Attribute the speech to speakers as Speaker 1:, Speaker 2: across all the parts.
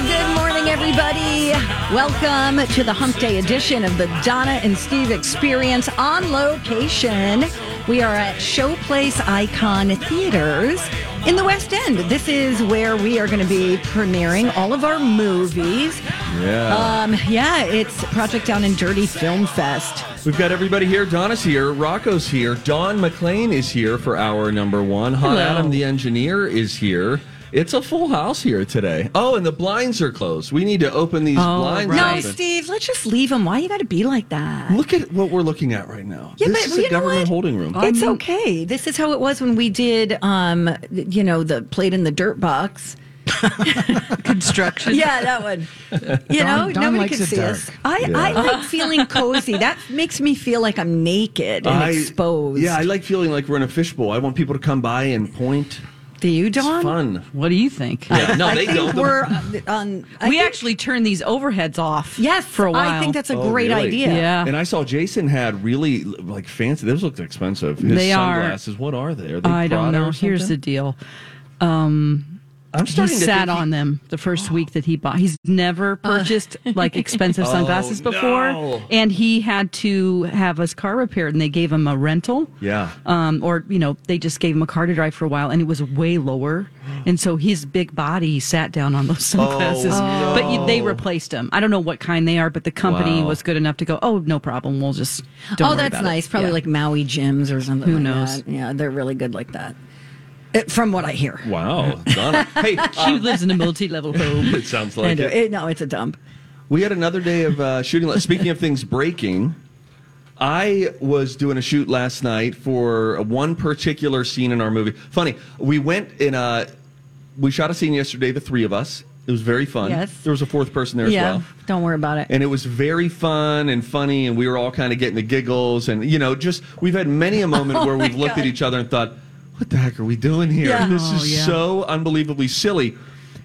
Speaker 1: Good morning, everybody. Welcome to the Hump Day edition of the Donna and Steve Experience on location. We are at Showplace Icon Theaters in the West End. This is where we are going to be premiering all of our movies.
Speaker 2: Yeah.
Speaker 1: Um, yeah, it's Project Down and Dirty Film Fest.
Speaker 2: We've got everybody here. Donna's here. Rocco's here. Don McLean is here for hour number one. Hot
Speaker 1: Hello.
Speaker 2: Adam, the engineer, is here. It's a full house here today. Oh, and the blinds are closed. We need to open these
Speaker 1: Oh,
Speaker 2: blinds.
Speaker 1: No,
Speaker 2: up.
Speaker 1: Steve, let's just leave them. Why you got to be like that?
Speaker 2: Look at what we're looking at right now.
Speaker 1: Yeah,
Speaker 2: this
Speaker 1: but
Speaker 2: is
Speaker 1: you
Speaker 2: a
Speaker 1: know
Speaker 2: government
Speaker 1: what?
Speaker 2: holding room.
Speaker 1: It's okay. This is how it was when we did, um, you know, the plate in the dirt box.
Speaker 3: construction.
Speaker 1: Yeah, that one. You
Speaker 3: Don-
Speaker 1: know,
Speaker 3: Don
Speaker 1: nobody
Speaker 3: likes
Speaker 1: could
Speaker 3: it
Speaker 1: see
Speaker 3: dark.
Speaker 1: us. I, I like feeling cozy. That makes me feel like I'm naked and
Speaker 2: I-
Speaker 1: exposed.
Speaker 2: Yeah, I like feeling like we're in a fishbowl. I want people to come by and point.
Speaker 1: Do you,
Speaker 2: It's
Speaker 1: Don?
Speaker 2: fun.
Speaker 3: What do you think?
Speaker 2: Yeah, no,
Speaker 1: I
Speaker 2: they
Speaker 1: think
Speaker 2: don't. The-
Speaker 1: we're uh, on. I
Speaker 3: we
Speaker 1: think-
Speaker 3: actually turned these overheads off.
Speaker 1: yes
Speaker 3: for a while.
Speaker 1: I think that's a
Speaker 2: Oh,
Speaker 1: great
Speaker 2: really?
Speaker 1: idea.
Speaker 3: Yeah.
Speaker 2: And I saw Jason had really like fancy. Those looked expensive. His
Speaker 3: They are.
Speaker 2: sunglasses. What are they? Are they
Speaker 3: I don't
Speaker 2: Prada or
Speaker 3: know. Here's the
Speaker 2: something?
Speaker 3: deal.
Speaker 2: I'm
Speaker 3: He
Speaker 2: starting to
Speaker 3: sat
Speaker 2: think he- Oh.
Speaker 3: on them the first week that he bought. He's never purchased like expensive sunglasses
Speaker 2: Oh,
Speaker 3: before,
Speaker 2: no.
Speaker 3: and he had to have his car repaired, and they gave him a rental.
Speaker 2: Yeah.
Speaker 3: Um, or you know, they just gave him a car to drive for a while, and it was way lower, and so his big body sat down on those sunglasses.
Speaker 2: Oh, no.
Speaker 3: But you, they replaced them. I don't know what kind they are, but the company
Speaker 2: Wow.
Speaker 3: was good enough to go. Oh, no problem. We'll just.
Speaker 1: oh,
Speaker 3: Don't worry
Speaker 1: that's
Speaker 3: about
Speaker 1: nice.
Speaker 3: It.
Speaker 1: Probably
Speaker 3: Yeah.
Speaker 1: like Maui gyms or something.
Speaker 3: Who
Speaker 1: like
Speaker 3: knows?
Speaker 1: that. Yeah, they're really good like that. Uh, From what I hear.
Speaker 2: Wow, Donna. hey,
Speaker 3: She
Speaker 2: um,
Speaker 3: lives in a multi-level home.
Speaker 2: it sounds
Speaker 1: I
Speaker 2: like
Speaker 1: do.
Speaker 2: it.
Speaker 1: It- no, it's a dump.
Speaker 2: We had another day of uh, shooting. Speaking of things breaking, I was doing a shoot last night for one particular scene in our movie. Funny, we went in a we shot a scene yesterday, the three of us. It was very fun.
Speaker 1: Yes.
Speaker 2: There was a fourth person there
Speaker 1: yeah,
Speaker 2: as well.
Speaker 1: don't worry about it.
Speaker 2: and it was very fun and funny and we were all kind of getting the giggles and you know just we've had many a moment where we've looked at each other and thought what the heck are we doing here
Speaker 1: Yeah.
Speaker 2: this is so unbelievably silly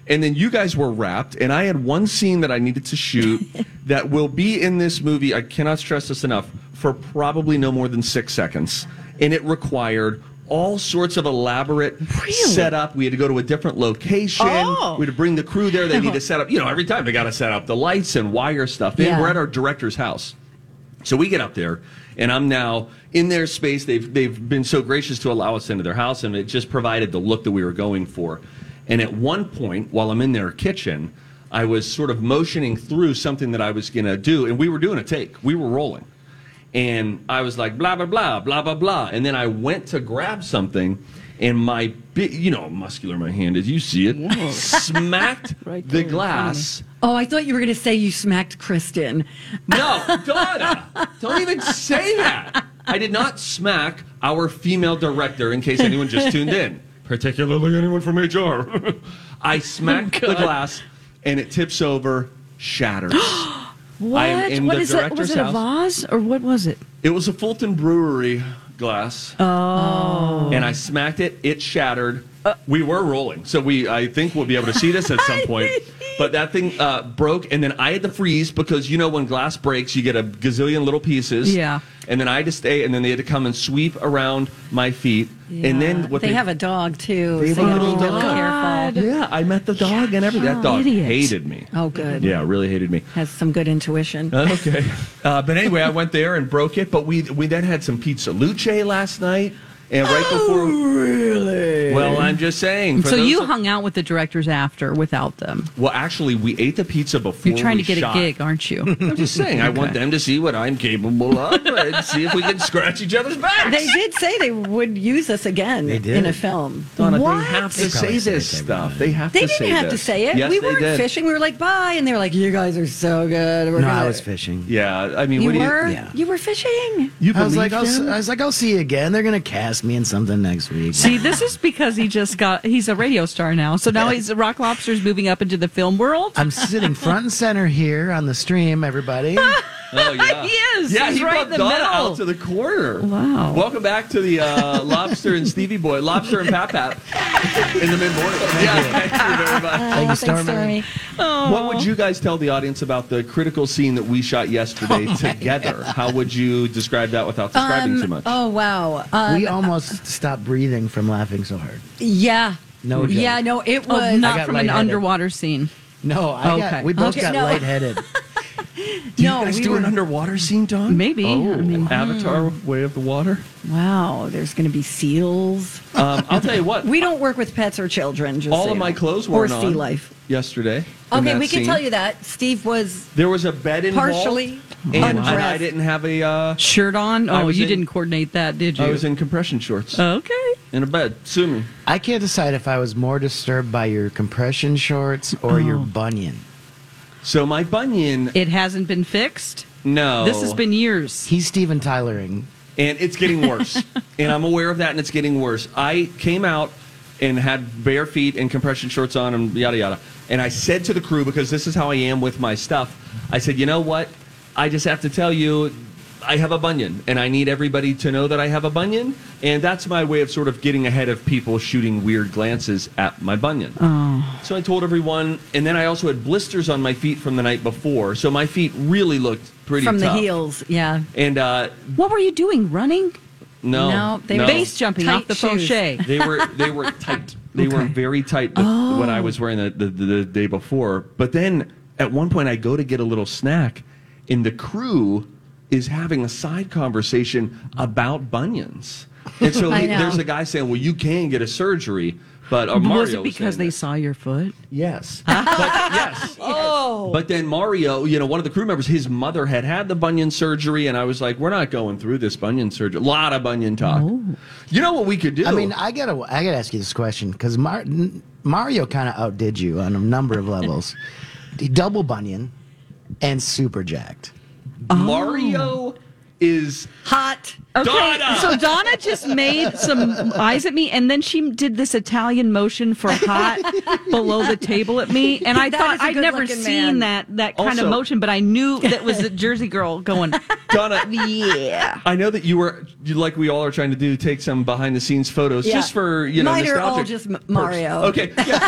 Speaker 2: and then you guys were wrapped and i had one scene that i needed to shoot that will be in this movie i cannot stress this enough for probably no more than six seconds and it required all sorts of elaborate setup. We had to go to a different location.
Speaker 3: Oh.
Speaker 2: We had to bring the crew there. They need to set up. You know, every time they got to set up the lights and wire stuff. in.
Speaker 1: Yeah.
Speaker 2: We're at our director's house. So we get up there, and I'm now in their space. They've they've been so gracious to allow us into their house, and it just provided the look that we were going for. And at one point, while I'm in their kitchen, I was sort of motioning through something that I was going to do, and we were doing a take. We were rolling, and I was like blah blah blah blah blah blah, and then I went to grab something. And my, bi- you know, how muscular my hand is. You see it, smacked the glass
Speaker 1: Oh, I thought you were going to say you smacked Kristen.
Speaker 2: no, Donna, don't even say that. I did not smack our female director in case anyone just tuned in, particularly anyone from HR. I smacked the glass and it tips over, shatters.
Speaker 3: What?
Speaker 2: am in
Speaker 3: What
Speaker 2: the
Speaker 3: is that?
Speaker 2: director's
Speaker 3: Was it a
Speaker 2: house.
Speaker 3: vase or what was it?
Speaker 2: it was a Fulton Brewery glass. Oh. And I smacked it, it shattered. we were rolling, so we I think we'll be able to see this at some point. But that thing uh, broke, and then I had to freeze because you know when glass breaks, you get a gazillion little pieces.
Speaker 3: Yeah.
Speaker 2: And then I had to stay, and then they had to come and sweep around my feet, and then what
Speaker 1: they,
Speaker 2: they,
Speaker 1: have a dog too.
Speaker 2: They have
Speaker 1: so
Speaker 2: a
Speaker 1: you gotta
Speaker 2: little
Speaker 1: be really
Speaker 2: dog.
Speaker 1: careful.
Speaker 2: yeah, I met the dog and everything. That dog
Speaker 3: Idiot.
Speaker 2: hated me.
Speaker 1: Oh, good.
Speaker 2: Yeah, really hated me.
Speaker 1: Has some good intuition.
Speaker 2: Uh, Okay. Uh, but anyway, I went there and broke it. But we we then had some pizza luce last night. And right
Speaker 4: Oh,
Speaker 2: before, really? Well, I'm just saying. for
Speaker 3: so
Speaker 2: those-
Speaker 3: you hung out with the directors after without them.
Speaker 2: Well, actually, we ate the pizza before.
Speaker 3: You're trying
Speaker 2: we
Speaker 3: to get
Speaker 2: shot.
Speaker 3: a gig, aren't you?
Speaker 2: I'm just saying. I want them to see what I'm capable of and see if we can scratch each other's backs.
Speaker 1: They did say they would use us again
Speaker 4: They did.
Speaker 1: in a film.
Speaker 4: Donna,
Speaker 1: what?
Speaker 4: they have
Speaker 2: They
Speaker 4: to
Speaker 2: say
Speaker 4: say
Speaker 2: this stuff. They have
Speaker 1: They
Speaker 2: to
Speaker 1: didn't
Speaker 2: say
Speaker 1: have to
Speaker 2: this.
Speaker 1: say it.
Speaker 2: Yes,
Speaker 1: we
Speaker 2: they
Speaker 1: weren't
Speaker 2: did.
Speaker 1: fishing. We were like, bye. And they were like, you guys are so good. We're
Speaker 4: No,
Speaker 1: gonna-"
Speaker 4: I was fishing.
Speaker 2: Yeah, I mean,
Speaker 1: You
Speaker 2: what do
Speaker 1: were?
Speaker 2: you?
Speaker 4: Yeah.
Speaker 1: You were fishing?
Speaker 2: You
Speaker 4: I was like,
Speaker 2: believe
Speaker 4: I'll, s-
Speaker 2: them?
Speaker 4: I was like, I'll see you again. They're gonna cast me in something next week.
Speaker 3: See, this is because he just got, he's a radio star now. So now he's, Rock Lobster's moving up into the film world.
Speaker 4: I'm sitting front and center here on the stream, everybody.
Speaker 2: Oh yeah,
Speaker 3: He is.
Speaker 2: Yeah,
Speaker 3: He's
Speaker 2: he
Speaker 3: right
Speaker 2: brought
Speaker 3: in the
Speaker 2: Donna
Speaker 3: middle.
Speaker 2: out to the corner.
Speaker 3: Wow.
Speaker 2: Welcome back to the uh, Lobster and Stevie Boy, Lobster and Pap Pap in the mid morning. Yeah, thank you very much.
Speaker 4: Thank you,
Speaker 1: Thanks,
Speaker 4: Stormy.
Speaker 1: Stormy.
Speaker 2: What would you guys tell the audience about the critical scene that we shot yesterday together? How would you describe that without describing too much?
Speaker 1: Oh, wow. Uh,
Speaker 4: We almost stopped breathing from laughing so hard.
Speaker 1: yeah.
Speaker 4: No joke.
Speaker 1: Yeah, no, it was.
Speaker 3: Oh,
Speaker 4: I
Speaker 3: not
Speaker 4: got
Speaker 3: from an
Speaker 4: lightheaded.
Speaker 3: underwater scene.
Speaker 4: No, I
Speaker 3: Okay.
Speaker 4: got, we both
Speaker 1: Okay,
Speaker 4: got
Speaker 1: no.
Speaker 4: lightheaded.
Speaker 2: do you
Speaker 1: no,
Speaker 2: guys
Speaker 1: we
Speaker 2: do an
Speaker 1: were-
Speaker 2: underwater scene, Don?
Speaker 3: Maybe.
Speaker 2: Oh,
Speaker 3: I mean,
Speaker 2: Avatar, Way of the Water.
Speaker 1: Wow, there's going to be seals.
Speaker 2: Um, I'll tell you what.
Speaker 1: We don't work with pets or children. Just
Speaker 2: all
Speaker 1: so
Speaker 2: of
Speaker 1: you
Speaker 2: my
Speaker 1: know.
Speaker 2: clothes
Speaker 1: or
Speaker 2: were
Speaker 1: sea
Speaker 2: on
Speaker 1: life.
Speaker 2: yesterday. in
Speaker 1: Okay,
Speaker 2: that
Speaker 1: we can
Speaker 2: scene.
Speaker 1: tell you that Steve was
Speaker 2: There was a bed involved,
Speaker 1: Partially
Speaker 2: and, and I
Speaker 1: undressed.
Speaker 2: didn't have a. Uh,
Speaker 3: Shirt on?
Speaker 2: I
Speaker 3: Oh,
Speaker 2: was
Speaker 3: you
Speaker 2: in-
Speaker 3: didn't coordinate that, did you?
Speaker 2: I was in compression shorts
Speaker 3: okay.
Speaker 2: in a bed. Sue me.
Speaker 4: I can't decide if I was more disturbed by your compression shorts or your bunion.
Speaker 2: So my bunion,
Speaker 3: It hasn't been fixed.
Speaker 2: no,
Speaker 3: This has been years.
Speaker 4: He's Steven Tylering.
Speaker 2: and it's getting worse, and I'm aware of that, and it's getting worse. I came out and had bare feet and compression shorts on, and yada yada. And I said to the crew because this is how I am with my stuff. I said, you know what? I just have to tell you. I have a bunion, and I need everybody to know that I have a bunion, and that's my way of sort of getting ahead of people shooting weird glances at my bunion.
Speaker 1: Oh.
Speaker 2: So I told everyone, and then I also had blisters on my feet from the night before, so my feet really looked pretty
Speaker 1: from
Speaker 2: tough.
Speaker 1: the heels. Yeah.
Speaker 2: And uh,
Speaker 3: What were you doing? Running?
Speaker 2: no,
Speaker 1: No, they were-
Speaker 3: Base jumping
Speaker 1: Tight
Speaker 3: off the
Speaker 1: shoes.
Speaker 3: fauché.
Speaker 2: They were they were tight. They were very tight with what I was wearing the, the, the, the day before. But then at one point, I go to get a little snack, and the crew is having a side conversation about bunions. And so
Speaker 1: I
Speaker 2: he-
Speaker 1: know.
Speaker 2: there's a guy saying, "Well, you can get a surgery." But uh, Mario
Speaker 3: was it because
Speaker 2: saying
Speaker 3: they
Speaker 2: that.
Speaker 3: saw your foot?
Speaker 4: Yes.
Speaker 2: But yes. Oh. But then Mario, you know, one of the crew members, his mother had had the bunion surgery, and I was like, we're not going through this bunion surgery. A lot of bunion talk. You know what we could do?
Speaker 4: I mean, I gotta, I gotta ask you this question because Mar- n- Mario kind of outdid you on a number of levels. The Double bunion and super jacked.
Speaker 2: Mario is
Speaker 1: Hot.
Speaker 3: Okay,
Speaker 2: Donna!
Speaker 3: so Donna just made some eyes at me, and then she did this Italian motion for hot below the table at me, and I
Speaker 1: That
Speaker 3: thought
Speaker 1: is a
Speaker 3: I'd never
Speaker 1: good-looking man.
Speaker 3: seen that that kind
Speaker 2: Also-
Speaker 3: of motion, but I knew that was the Jersey girl going.
Speaker 2: Donna.
Speaker 3: Yeah,
Speaker 2: I know that you were you- like we all are trying to do, take some behind the scenes photos
Speaker 1: Yeah.
Speaker 2: just for you know.
Speaker 1: Mine are all
Speaker 2: nostalgic
Speaker 1: just M-
Speaker 2: perks.
Speaker 1: Mario.
Speaker 2: Okay. Yeah,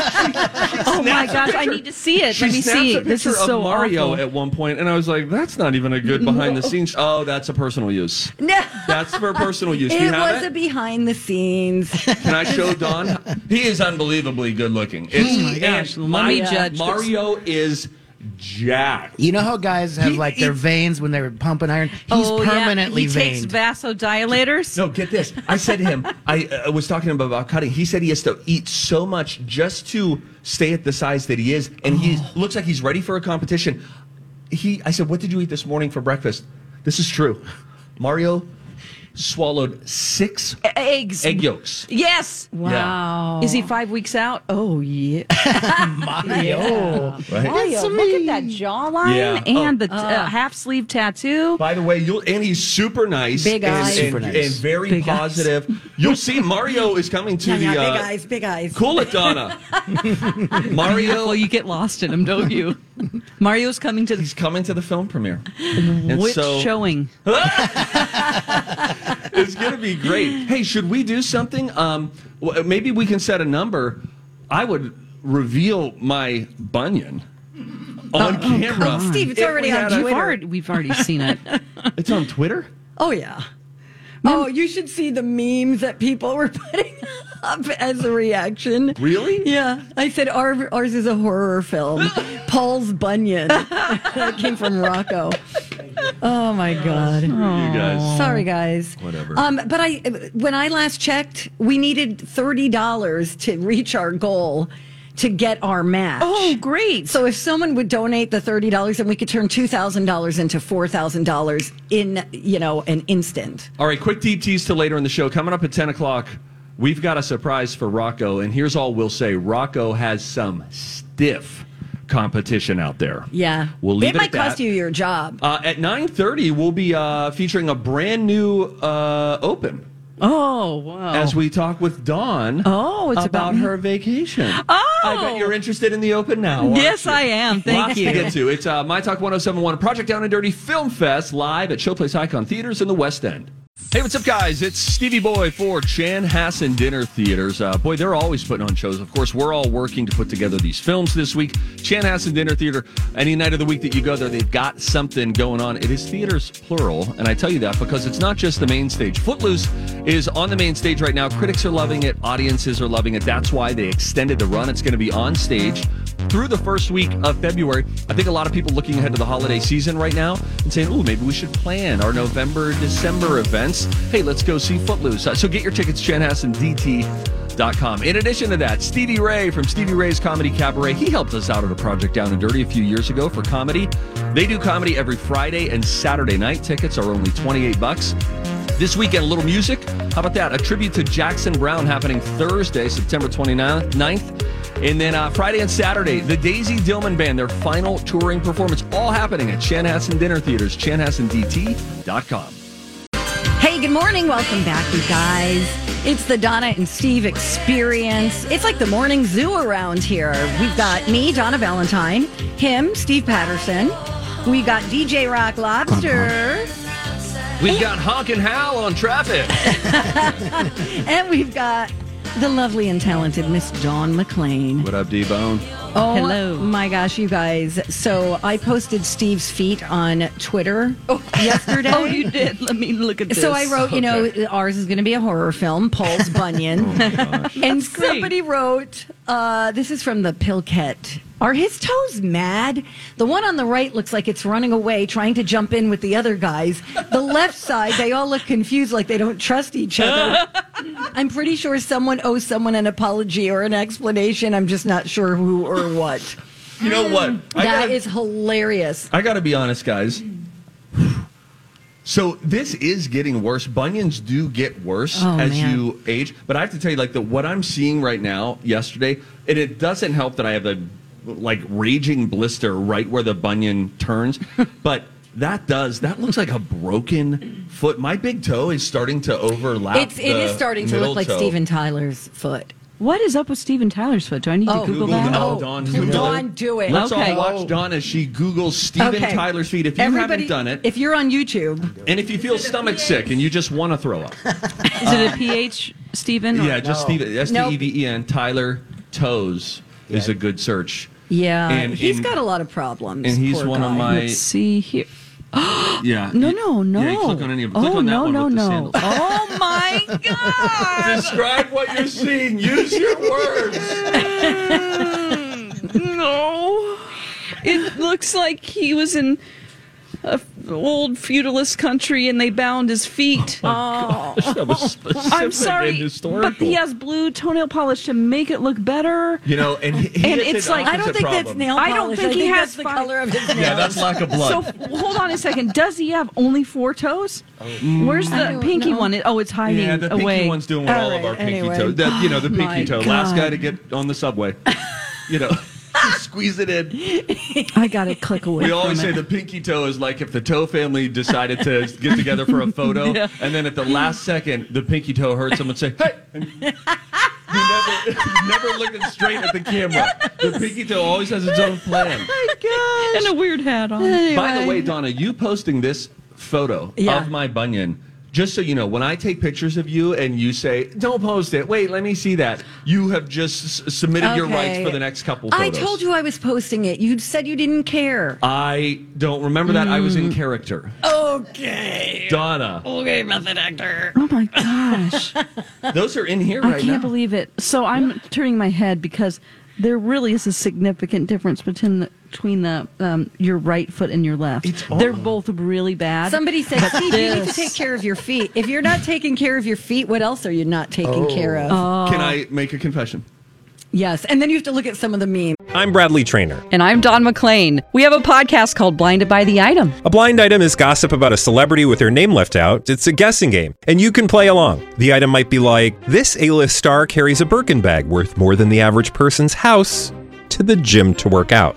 Speaker 3: oh my gosh, I need to see it.
Speaker 2: she
Speaker 3: Let me
Speaker 2: snaps
Speaker 3: see.
Speaker 2: a
Speaker 3: This
Speaker 2: picture
Speaker 3: is so
Speaker 2: of Mario
Speaker 3: awful.
Speaker 2: at one point, and I was like, "That's not even a good behind the scenes." Oh, that's a personal use.
Speaker 1: No.
Speaker 2: That's for personal use. Do you
Speaker 1: It
Speaker 2: have
Speaker 1: was a behind the scenes.
Speaker 2: Can I show Don? He is unbelievably good looking. It's, my
Speaker 3: gosh, let me judge
Speaker 2: Mario is jacked.
Speaker 4: You know how guys have
Speaker 2: He-
Speaker 4: like their
Speaker 2: he-
Speaker 4: veins when they're pumping iron. He's
Speaker 3: oh,
Speaker 4: permanently
Speaker 3: yeah. He takes
Speaker 4: veined.
Speaker 3: vasodilators.
Speaker 2: No, get this. I said to him, I uh, was talking to him about cutting. He said he has to eat so much just to stay at the size that he is, and he
Speaker 1: Oh.
Speaker 2: looks like he's ready for a competition. He, I said, what did you eat this morning for breakfast? This is true. Mario swallowed six
Speaker 3: Eggs.
Speaker 2: egg yolks.
Speaker 3: Yes.
Speaker 1: Wow.
Speaker 3: Is he five weeks out? Oh yeah.
Speaker 4: Mario.
Speaker 3: Mario, look at that jawline
Speaker 2: Yeah. Oh.
Speaker 3: and the uh, half sleeve tattoo.
Speaker 2: By the way, you'll and he's super nice,
Speaker 1: Big
Speaker 2: and,
Speaker 1: eyes.
Speaker 2: and,
Speaker 4: Super nice.
Speaker 2: and very
Speaker 3: Big eyes.
Speaker 2: positive. You'll see, Mario is coming to
Speaker 1: Yeah,
Speaker 2: the
Speaker 1: yeah, big
Speaker 2: uh,
Speaker 1: eyes, big eyes.
Speaker 2: Cool it, Donna.
Speaker 3: Well,
Speaker 2: Mario,
Speaker 3: you get lost in him, don't you? Mario's coming to
Speaker 2: he's
Speaker 3: the
Speaker 2: coming to the film premiere. And
Speaker 3: which
Speaker 2: so
Speaker 3: showing?
Speaker 2: It's gonna be great. Hey, should we do something? Um, w- maybe we can set a number. I would reveal my bunion on camera.
Speaker 1: Oh, Steve, it's
Speaker 2: If we
Speaker 1: already
Speaker 2: had
Speaker 1: on
Speaker 2: a-
Speaker 3: We've
Speaker 1: Twitter.
Speaker 3: already, we've already seen it.
Speaker 2: It's on Twitter.
Speaker 1: Oh yeah. Oh, you should see the memes that people were putting up as a reaction.
Speaker 2: Really?
Speaker 1: Yeah. I said Our, ours is a horror film. Paul's Bunyan. that came from Rocco. Oh my god.
Speaker 2: you guys.
Speaker 1: Sorry, guys.
Speaker 2: Uh-huh. Whatever.
Speaker 1: Um, but I, when I last checked, we needed thirty dollars to reach our goal to get our match.
Speaker 3: Oh, great.
Speaker 1: So if someone would donate the thirty dollars, then we could turn two thousand dollars into four thousand dollars in you know an instant.
Speaker 2: All right, quick deep tease to later in the show. Coming up at 10 o'clock, we've got a surprise for Rocco. And here's all we'll say Rocco has some stiff competition out there.
Speaker 1: Yeah,
Speaker 2: We'll leave
Speaker 1: it
Speaker 2: it
Speaker 1: might
Speaker 2: at that.
Speaker 1: cost you your job.
Speaker 2: Uh, at 9.30, we'll be uh, featuring a brand new uh, open
Speaker 3: Oh, wow.
Speaker 2: as we talk with Dawn
Speaker 3: Oh, it's about me.
Speaker 2: her vacation. Oh! I bet you're interested in the open now. aren't
Speaker 3: yes,
Speaker 2: you?
Speaker 3: I am. Thank
Speaker 2: Lots to
Speaker 3: you.
Speaker 2: get to. It's uh, My Talk 1071 Project Down and Dirty Film Fest live at Showplace Icon Theaters in the West End. Hey, what's up, guys? It's Stevie Boy for Chan Hassan Dinner Theaters. Uh, boy, they're always putting on shows. Of course, we're all working to put together these films this week. Chan Hassan Dinner Theater, any night of the week that you go there, they've got something going on. It is theaters plural, and I tell you that because it's not just the main stage. Footloose is on the main stage right now. Critics are loving it, audiences are loving it. That's why they extended the run. It's going to be on stage through the first week of February. I think a lot of people looking ahead to the holiday season right now and saying, "Oh, maybe we should plan our November, December events." Hey, let's go see Footloose. Uh, So get your tickets, ChanhassenDT.com. In addition to that, Stevie Ray from Stevie Ray's Comedy Cabaret, he helped us out at a project down and dirty a few years ago for comedy. They do comedy every Friday and Saturday night. Tickets are only 28 bucks. This weekend, a little music. How about that? A tribute to Jackson Brown happening Thursday, September 29th. And then uh, Friday and Saturday, the Daisy Dillman Band, their final touring performance, all happening at Chanhassen Dinner Theaters, chanhassendt.com.
Speaker 1: Hey, good morning. Welcome back, you guys. It's the Donna and Steve experience. It's like the morning zoo around here. We've got me, Donna Valentine, him, Steve Patterson. We got DJ Rock Lobster,
Speaker 2: We've got Honk and Hal on traffic.
Speaker 1: and we've got the lovely and talented Miss Dawn McLean.
Speaker 2: what up, D Bone?
Speaker 1: Oh
Speaker 3: Hello.
Speaker 1: my gosh, you guys. So I posted Steve's feet on Twitter yesterday.
Speaker 3: Oh, you did. Let me look at this.
Speaker 1: So I wrote, you know,
Speaker 2: Okay.
Speaker 1: ours is going to be a horror film, Paul's Bunyan.
Speaker 3: Oh,
Speaker 1: and
Speaker 3: great.
Speaker 1: somebody wrote, uh, this is from the Pilket. Are his toes mad? The one on the right looks like it's running away, trying to jump in with the other guys. The left side, they all look confused, like they don't trust each other. I'm pretty sure someone owes someone an apology or an explanation. I'm just not sure who or what.
Speaker 2: You know what? I
Speaker 1: That
Speaker 2: gotta,
Speaker 1: is hilarious.
Speaker 2: I gotta be honest, guys. So this is getting worse. Bunions do get worse
Speaker 3: Oh,
Speaker 2: as
Speaker 3: man.
Speaker 2: you age. But I have to tell you, like the what I'm seeing right now, yesterday, and it doesn't help that I have a like raging blister right where the bunion turns. but that does that looks like a broken foot. My big toe is starting to overlap.
Speaker 1: It's, it is
Speaker 2: the
Speaker 1: starting to
Speaker 2: middle
Speaker 1: look like
Speaker 2: toe.
Speaker 1: Steven Tyler's foot.
Speaker 3: What is up with Steven Tyler's foot? Do I need to
Speaker 1: Oh.
Speaker 3: Google,
Speaker 2: Google
Speaker 3: that?
Speaker 2: that.
Speaker 1: Oh,
Speaker 2: Oh, Dawn,
Speaker 1: Dawn,
Speaker 2: Google
Speaker 1: Dawn, do it. Oh.
Speaker 2: Let's
Speaker 3: Okay.
Speaker 2: all watch Dawn as she Googles Steven
Speaker 1: Okay.
Speaker 2: Tyler's feet. If you
Speaker 1: Everybody-
Speaker 2: haven't done it,
Speaker 1: If you're on YouTube,
Speaker 2: and if you feel stomach sick and you just want to throw up,
Speaker 3: Is it a PH, Steven?
Speaker 2: yeah, just Steven S T
Speaker 1: Nope.
Speaker 2: E V E N Tyler Toes is a good search.
Speaker 1: yeah,
Speaker 2: And-
Speaker 1: he's
Speaker 2: and-
Speaker 1: got a lot of problems.
Speaker 2: and he's
Speaker 1: poor
Speaker 2: one of
Speaker 1: guy.
Speaker 2: my-
Speaker 3: Let's see here.
Speaker 2: Yeah.
Speaker 3: No,
Speaker 2: you-
Speaker 3: no, no.
Speaker 2: Yeah, you click on any of
Speaker 3: Oh,
Speaker 2: them. click on that
Speaker 3: no,
Speaker 2: one
Speaker 3: no,
Speaker 2: with the
Speaker 3: no.
Speaker 2: sandals.
Speaker 3: oh, my God.
Speaker 2: Describe what you're seeing. Use your words.
Speaker 3: no. It looks like he was in a f- old feudalist country and they bound his feet.
Speaker 2: Oh. That was specific
Speaker 3: I'm
Speaker 2: and
Speaker 3: sorry,
Speaker 2: historical.
Speaker 3: but he has blue tonail polish to make it look better.
Speaker 2: you know, and, he, he
Speaker 3: And
Speaker 2: hits
Speaker 3: it's
Speaker 2: an
Speaker 3: like-
Speaker 1: I don't
Speaker 2: opposite
Speaker 1: think that's
Speaker 2: problem.
Speaker 1: nail polish.
Speaker 3: I don't think he has
Speaker 1: that's the
Speaker 3: five-
Speaker 1: color of his nails.
Speaker 2: Yeah, that's lack of blood.
Speaker 3: So f- hold on a second. Does he have only four toes? Where's the pinky one? It- Oh, it's hiding
Speaker 2: Oh. yeah, the pinky
Speaker 3: away.
Speaker 2: one's doing what all,
Speaker 1: All
Speaker 2: of our
Speaker 1: right,
Speaker 2: pinky
Speaker 1: anyway.
Speaker 2: toe. That you know, the
Speaker 3: my
Speaker 2: pinky toe. Last
Speaker 3: God.
Speaker 2: guy to get on the subway. You know, squeeze it in.
Speaker 3: I gotta click away.
Speaker 2: We
Speaker 3: from
Speaker 2: always
Speaker 3: it.
Speaker 2: say the pinky toe is like if the toe family decided to get together for a photo, and then at the last second, the pinky toe heard someone say, "Hey." And he never, never looking straight at the camera. The pinky toe always has its own plan.
Speaker 1: Oh
Speaker 3: and a weird hat on.
Speaker 2: By the way, Donna, you posting this photo
Speaker 1: Yeah.
Speaker 2: of my bunion. Just so you know, when I take pictures of you and you say, "Don't post it," wait, let me see that. You have just s- submitted your rights
Speaker 1: Okay.
Speaker 2: for the next couple.
Speaker 1: I
Speaker 2: photos.
Speaker 1: told you I was posting it. You said you didn't care.
Speaker 2: I don't remember that. I was in
Speaker 3: Mm.
Speaker 2: character,
Speaker 1: Okay.
Speaker 2: Donna.
Speaker 1: Okay, method actor.
Speaker 3: Oh my gosh,
Speaker 2: Those are in here right
Speaker 3: I can't
Speaker 2: now.
Speaker 3: believe it. So I'm turning my head because there really is a significant difference between the, between the um, your right foot and your left.
Speaker 4: It's
Speaker 3: They're
Speaker 4: awful.
Speaker 3: both really bad.
Speaker 1: Somebody said,
Speaker 3: But
Speaker 1: Steve, you need to
Speaker 3: this-
Speaker 1: take care of your feet. If you're not taking care of your feet, what else are you not taking care of?
Speaker 2: Can I make a confession?
Speaker 1: Yes. And then you have to look at some of the memes.
Speaker 5: I'm Bradley Trainer.
Speaker 6: And I'm Don McClain. We have a podcast called Blinded by the Item.
Speaker 5: A blind item is gossip about a celebrity with their name left out. It's a guessing game, and you can play along. The item might be like this: A-list star carries a Birkin bag worth more than the average person's house to the gym to work out.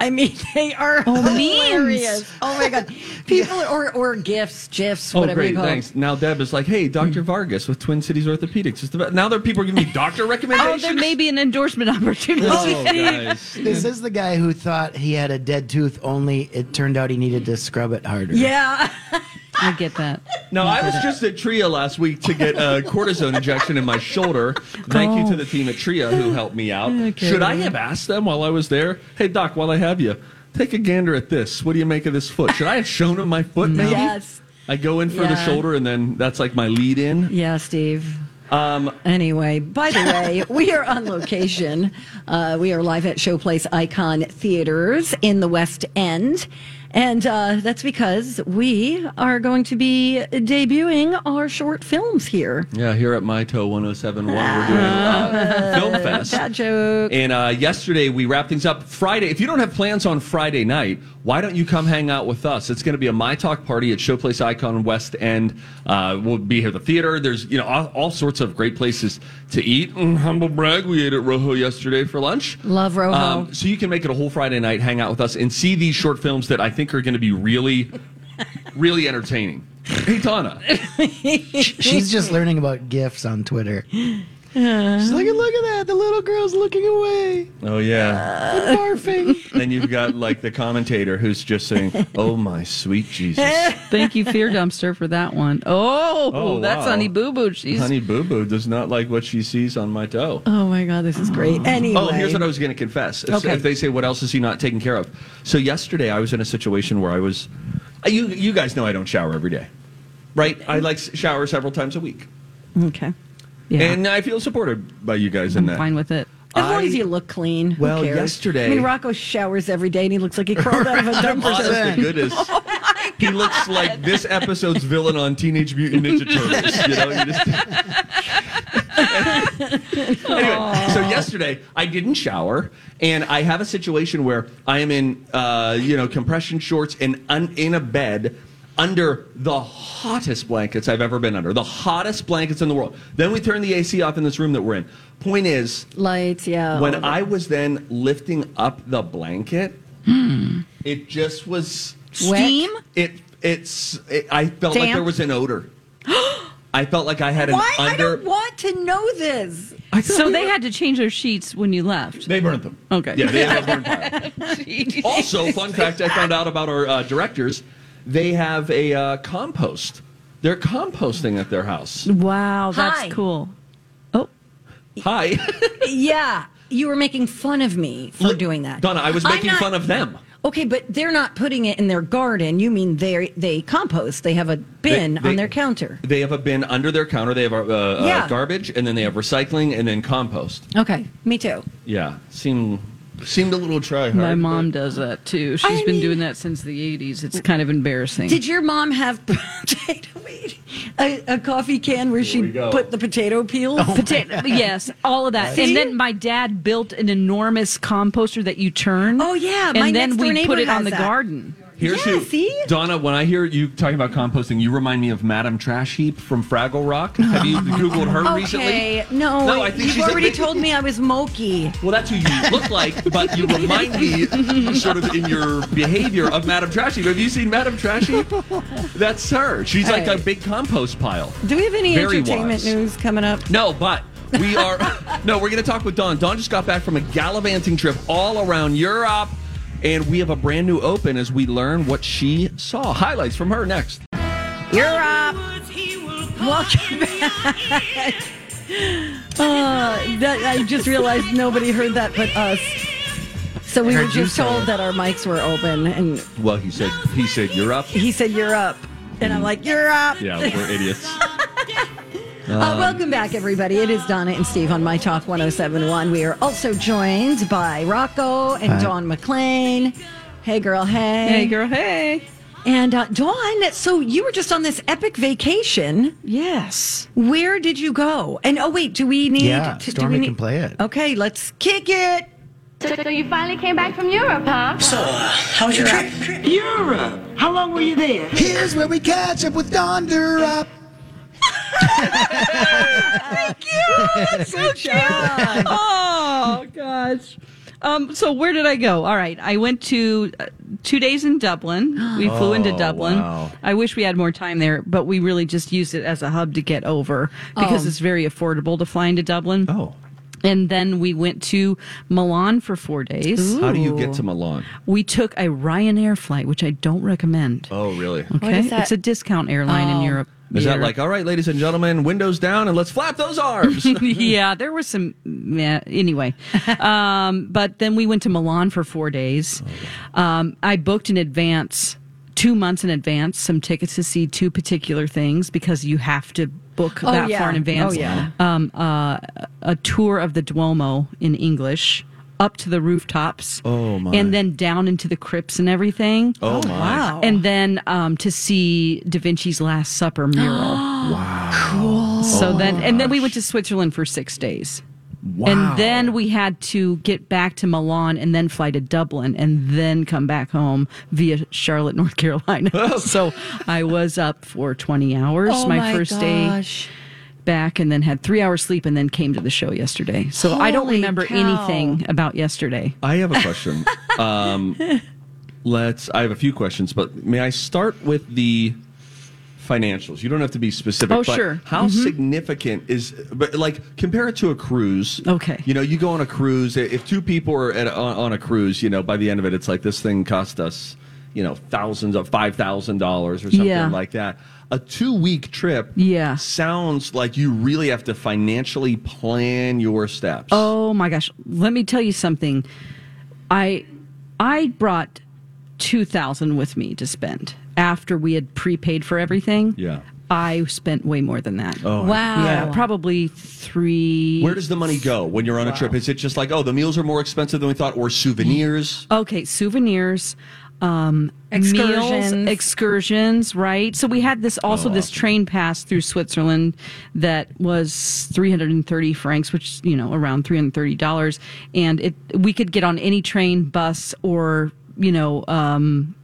Speaker 1: I mean, they are
Speaker 3: Oh, memes.
Speaker 1: hilarious. Oh my god, people or or gifs, gifs,
Speaker 2: Oh,
Speaker 1: whatever
Speaker 2: great,
Speaker 1: you call. them.
Speaker 2: thanks. Now Deb is like, "Hey,
Speaker 3: Mm.
Speaker 2: Dr. Vargas with Twin Cities Orthopedics is the best." Now there are people giving me doctor
Speaker 3: Oh,
Speaker 2: recommendations.
Speaker 3: there may be an endorsement opportunity.
Speaker 2: Oh, guys.
Speaker 4: This is the guy who thought he had a dead tooth, only it turned out he needed to scrub it harder.
Speaker 1: Yeah,
Speaker 3: I get that.
Speaker 2: No, I was just at Tria last week to get a cortisone injection in my shoulder. Thank you to the team at Tria who helped me out. Should I have asked them while I was there? Hey, doc, while I have you, take a gander at this. What do you make of this foot? Should I have shown him my foot? Maybe.
Speaker 1: yes,
Speaker 2: I go in for the
Speaker 1: Yeah.
Speaker 2: shoulder, and then that's like my lead in.
Speaker 1: yeah, Steve. Um, anyway, by the way, we are on location. Uh, we are live at Showplace Icon Theaters in the West End. And uh, that's because we are going to be debuting our short films here.
Speaker 2: Yeah, here at My Toe 1071, we're doing uh, Film Fest.
Speaker 1: Bad joke.
Speaker 2: And uh, yesterday we wrapped things up. Friday, if you don't have plans on Friday night, why don't you come hang out with us? It's going to be a My Talk party at Showplace Icon West End. Uh, we'll be here at the theater. There's you know all, all sorts of great places to eat. Mm, humble brag, we ate at Rojo yesterday for lunch. Um,
Speaker 1: Love Rojo.
Speaker 2: so you can make it a whole Friday night, hang out with us, and see these short films that I think are going to be really, really entertaining. Hey Donna,
Speaker 4: She's just learning about gifts on Twitter. She's like, look at that. The little girl's looking away.
Speaker 2: Oh yeah.
Speaker 4: Barfing.
Speaker 2: then you've got like the commentator who's just saying, "Oh my sweet Jesus,
Speaker 3: Thank you, Fear Dumpster, for that one. Oh,
Speaker 2: Oh,
Speaker 3: that's
Speaker 2: wow.
Speaker 3: Honey Boo Boo. She's
Speaker 2: Honey Boo Boo does not like what she sees on my toe."
Speaker 3: Oh my God, this is great.
Speaker 1: Anyway.
Speaker 2: Oh, here's what I was going to confess. If,
Speaker 1: Okay.
Speaker 2: if they say, "What else is he not taking care of?" So yesterday, I was in a situation where I was. uh, You you guys know I don't shower every day, right? I like s- shower several times a week,
Speaker 3: Okay. Yeah.
Speaker 2: and I feel supported by you guys in
Speaker 3: I'm
Speaker 2: that.
Speaker 3: fine with it.
Speaker 1: As long as
Speaker 2: I-
Speaker 1: you look clean. who
Speaker 2: Well,
Speaker 1: cares?
Speaker 2: yesterday-
Speaker 1: I mean, Rocco showers every day and he looks like he crawled out of a dump or
Speaker 2: Honest
Speaker 1: something.
Speaker 2: to goodness. He looks like this episode's villain on Teenage Mutant Ninja Turtles. You know, you just... anyway, so yesterday I didn't shower, and I have a situation where I am in, uh, you know, compression shorts and un- in a bed under the hottest blankets I've ever been under, the hottest blankets in the world. Then we turn the AC off in this room that we're in. Point is,
Speaker 1: Lights, yeah. all of
Speaker 2: when
Speaker 1: it.
Speaker 2: I was then lifting up the blanket, it just was
Speaker 1: Hmm. Wet.
Speaker 3: Steam?
Speaker 2: it. It's. It, I felt like
Speaker 1: Damp?
Speaker 2: there was an odor. I felt like I had an
Speaker 1: Why? I
Speaker 2: under.
Speaker 1: don't want to know this.
Speaker 3: So they had to change their sheets when you left.
Speaker 2: they burnt them.
Speaker 3: Okay.
Speaker 2: Yeah, they have a burn pile. also, fun fact I found out about our uh, directors: they have a uh, compost. They're composting at their house.
Speaker 3: Wow, that's
Speaker 1: Hi.
Speaker 3: cool. Oh,
Speaker 2: Hi,
Speaker 1: Yeah. You were making fun of me for doing that.
Speaker 2: Donna. I was
Speaker 1: I'm
Speaker 2: making
Speaker 1: not-
Speaker 2: fun of them.
Speaker 1: Okay, but they're not putting it in their garden. You mean they they compost. They have a bin
Speaker 2: They- they-
Speaker 1: on their counter.
Speaker 2: They have a bin under their counter. They have uh, uh,
Speaker 1: Yeah.
Speaker 2: garbage, and then they have recycling, and then compost.
Speaker 1: Okay. Me too.
Speaker 2: Yeah, seemed seemed a little try hard.
Speaker 3: my mom does that too. She's
Speaker 1: I
Speaker 3: been
Speaker 1: mean-
Speaker 3: doing that since the 80s. It's kind of embarrassing.
Speaker 1: Did your mom have potato a, a coffee can where she
Speaker 2: we go.
Speaker 1: put the potato peels?
Speaker 2: Oh,
Speaker 3: Potato, yes, all of that.
Speaker 1: See?
Speaker 3: And then my dad built an enormous composter that you turn.
Speaker 1: Oh, yeah,
Speaker 3: and
Speaker 1: my
Speaker 3: then
Speaker 1: next-door
Speaker 3: we
Speaker 1: neighbor
Speaker 3: put it on
Speaker 1: has
Speaker 3: the
Speaker 1: that.
Speaker 3: garden.
Speaker 2: Here's
Speaker 1: Yeah,
Speaker 2: who,
Speaker 1: see?
Speaker 2: Donna. When I hear you talking about composting, you remind me of Madame Trash Heap from Fraggle Rock. Have you googled her
Speaker 1: Okay,
Speaker 2: recently?
Speaker 1: no,
Speaker 2: no. I think
Speaker 1: you've
Speaker 2: she's a
Speaker 1: already
Speaker 2: big-
Speaker 1: told me I was mokey.
Speaker 2: Well, that's who you look like, but you remind me, sort of in your behavior, of Madame Trash Heap. Have you seen Madame Trash Heap? That's her. She's like a
Speaker 1: Alright.
Speaker 2: big compost pile.
Speaker 1: Do we have any
Speaker 2: Very
Speaker 1: entertainment
Speaker 2: wise.
Speaker 1: news coming up?
Speaker 2: No, but we are. no, we're going to talk with Dawn. Dawn just got back from a gallivanting trip all around Europe, and we have a brand new open as we learn what she saw. Highlights from her next.
Speaker 1: You're up. Welcome back. Uh, that, I just realized nobody heard that but us. So we were
Speaker 4: Heard you
Speaker 1: just
Speaker 4: say
Speaker 1: told
Speaker 4: it.
Speaker 1: that our mics were open, and
Speaker 2: Well, he said he said you're up.
Speaker 1: he said, "You're up," and I'm like, "You're up."
Speaker 2: Yeah, we're idiots.
Speaker 1: Uh, welcome back, everybody. It is Donna and Steve on My Talk 1071. We are also joined by Rocco and Dawn McLean. Hey, girl. Hey.
Speaker 3: Hey, girl. Hey.
Speaker 1: And uh, Dawn, so you were just on this epic vacation.
Speaker 3: Yes.
Speaker 1: Where did you go? And oh, wait, do we need.
Speaker 4: Yeah,
Speaker 1: to, do we
Speaker 4: Stormy
Speaker 1: need, Oh.
Speaker 4: can play it.
Speaker 1: Okay, let's kick it.
Speaker 7: So, so you finally came back from Europe, huh?
Speaker 8: How was your trip? Europe. How long were you there?
Speaker 4: Here's where we catch up with Donder Up.
Speaker 1: Good job.
Speaker 3: oh gosh. Um, so where did I go? All right, I went to uh, two days in Dublin. We flew
Speaker 2: Oh,
Speaker 3: into Dublin.
Speaker 4: wow.
Speaker 3: I wish we had more time there, but we really just used it as a hub to get over because
Speaker 1: Oh.
Speaker 3: it's very affordable to fly into Dublin.
Speaker 2: Oh,
Speaker 3: And then we went to Milan for four days.
Speaker 2: how do you get to Milan?
Speaker 3: We took a Ryanair flight, which I don't recommend.
Speaker 2: Oh, really?
Speaker 3: Okay, it's a discount airline
Speaker 1: Oh.
Speaker 3: in Europe.
Speaker 2: Is that
Speaker 3: Here.
Speaker 2: like all right, ladies and gentlemen, windows down and let's flap those arms?
Speaker 3: yeah, there was some. Yeah, anyway, um, but then we went to Milan for four days.
Speaker 2: Oh,
Speaker 3: Um, I booked in advance, two months in advance, some tickets to see two particular things because you have to book
Speaker 1: Oh,
Speaker 3: that
Speaker 1: yeah.
Speaker 3: far in advance.
Speaker 1: Oh, yeah.
Speaker 3: um, uh, a tour of the Duomo in English. Up to the rooftops,
Speaker 2: Oh, my.
Speaker 3: and then down into the crypts and everything.
Speaker 2: oh my!
Speaker 1: Wow.
Speaker 3: And then um, to see Da Vinci's Last Supper mural.
Speaker 1: Oh,
Speaker 3: wow. Cool. So then, and then we went to Switzerland for six days. And then we had to get back to Milan and then fly to Dublin and then come back home via Charlotte, North Carolina. so I was up for 20 hours
Speaker 1: Oh,
Speaker 3: my,
Speaker 1: my
Speaker 3: first
Speaker 1: gosh.
Speaker 3: day back and then had three hours sleep and then came to the show yesterday. So I don't
Speaker 1: Holy
Speaker 3: remember
Speaker 1: cow.
Speaker 3: anything about yesterday.
Speaker 2: I have a question. um, let's. I have a few questions, but may I start with the financials? You don't have to be specific.
Speaker 3: Oh,
Speaker 2: but
Speaker 3: sure.
Speaker 2: How significant is? But like, compare it to a cruise.
Speaker 3: Okay.
Speaker 2: You know, you go on a cruise. i- If two people are at, on, on a cruise, you know, by the end of it, it's like this thing cost us, you know, thousands of five thousand dollars or something
Speaker 3: Yeah.
Speaker 2: like that. A two week trip
Speaker 3: Yeah.
Speaker 2: sounds like you really have to financially plan your steps.
Speaker 3: Oh my gosh. Let me tell you something. I I brought 2000 with me to spend after we had prepaid for everything.
Speaker 2: Yeah.
Speaker 3: I spent way more than that. Oh.
Speaker 1: wow.
Speaker 3: Yeah, probably 3
Speaker 2: Where does the money go when you're on a trip? Is it just like, oh, the meals are more expensive than we thought, or souvenirs?
Speaker 3: Okay, souvenirs, um,
Speaker 1: Excursions.
Speaker 3: meals, excursions, right? So we had this also
Speaker 2: Oh,
Speaker 3: this train pass through Switzerland that was 330 francs, which you know around 330 dollars, and it we could get on any train, bus, or you know. Um,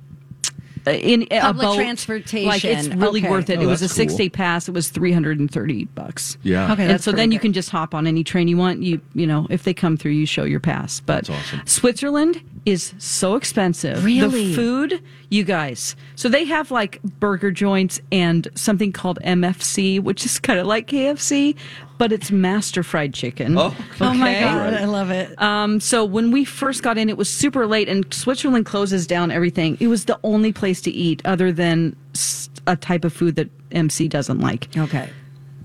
Speaker 3: in a
Speaker 1: Public
Speaker 3: boat,
Speaker 1: transportation.
Speaker 3: like it's really
Speaker 1: Okay.
Speaker 3: worth it.
Speaker 2: Oh,
Speaker 3: it was a
Speaker 2: that's
Speaker 3: six day
Speaker 2: cool.
Speaker 3: pass. It was three hundred and thirty bucks.
Speaker 2: Yeah. Okay,
Speaker 3: and
Speaker 1: that's
Speaker 3: so then
Speaker 1: pretty
Speaker 3: you
Speaker 1: good.
Speaker 3: can just hop on any train you want. You you know if they come through, you show your pass. But Switzerland is so expensive.
Speaker 1: Really?
Speaker 3: the food, you guys. So they have like burger joints and something called MFC, which is kind of like KFC, but it's master fried chicken.
Speaker 2: Oh,
Speaker 1: Oh, my
Speaker 3: Okay?
Speaker 1: God. I love it.
Speaker 3: Um, so when we first got in, it was super late, and Switzerland closes down everything. It was the only place to eat other than s- a type of food that MC doesn't like.
Speaker 1: okay.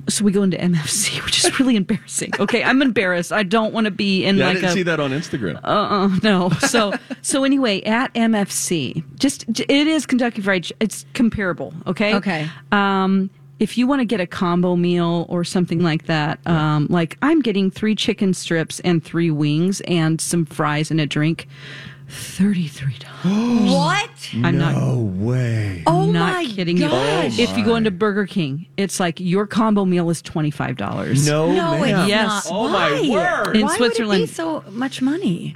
Speaker 3: So we go into MFC, which is really embarrassing. Okay, I'm embarrassed. I don't want to be in
Speaker 2: Yeah, I
Speaker 3: like
Speaker 2: didn't
Speaker 3: a
Speaker 2: see that on Instagram.
Speaker 3: uh-uh, no. So so anyway, at MFC, just j- it is Kentucky Fried. Ch- It's comparable. Okay.
Speaker 1: Okay.
Speaker 3: Um, if you want to get a combo meal or something like that, um, like I'm getting three chicken strips and three wings and some fries and a drink, thirty three dollars.
Speaker 1: What?
Speaker 3: I'm not
Speaker 4: way.
Speaker 1: Oh,
Speaker 3: not
Speaker 1: my
Speaker 3: kidding
Speaker 1: gosh.
Speaker 3: you. If you go into Burger King, it's like your combo meal is twenty five dollars.
Speaker 1: No, it's
Speaker 2: ma'am.
Speaker 3: Oh, Yes.
Speaker 1: not.
Speaker 2: Oh, my
Speaker 1: Why?
Speaker 2: word.
Speaker 3: In
Speaker 1: Why would it
Speaker 3: Switzerland.
Speaker 1: be so much money?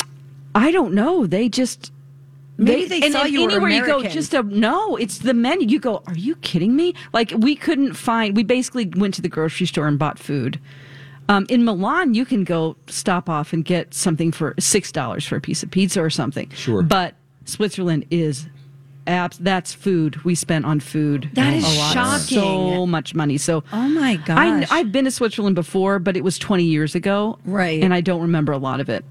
Speaker 3: I don't know. They just
Speaker 1: Maybe they
Speaker 3: and,
Speaker 1: saw
Speaker 3: and
Speaker 1: you were
Speaker 3: anywhere you go.
Speaker 1: American.
Speaker 3: Just a no. It's the menu. You go. Are you kidding me? Like we couldn't find. We basically went to the grocery store and bought food. Um, in Milan, you can go stop off and get something for six dollars for a piece of pizza or something. Sure, but Switzerland is. Abs- that's food we spent on food.
Speaker 1: That is
Speaker 3: a lot,
Speaker 1: shocking.
Speaker 3: So much money. So
Speaker 1: Oh my gosh.
Speaker 3: I, I've been to Switzerland before, but it was twenty years ago,
Speaker 1: Right.
Speaker 3: And I don't remember a lot of it.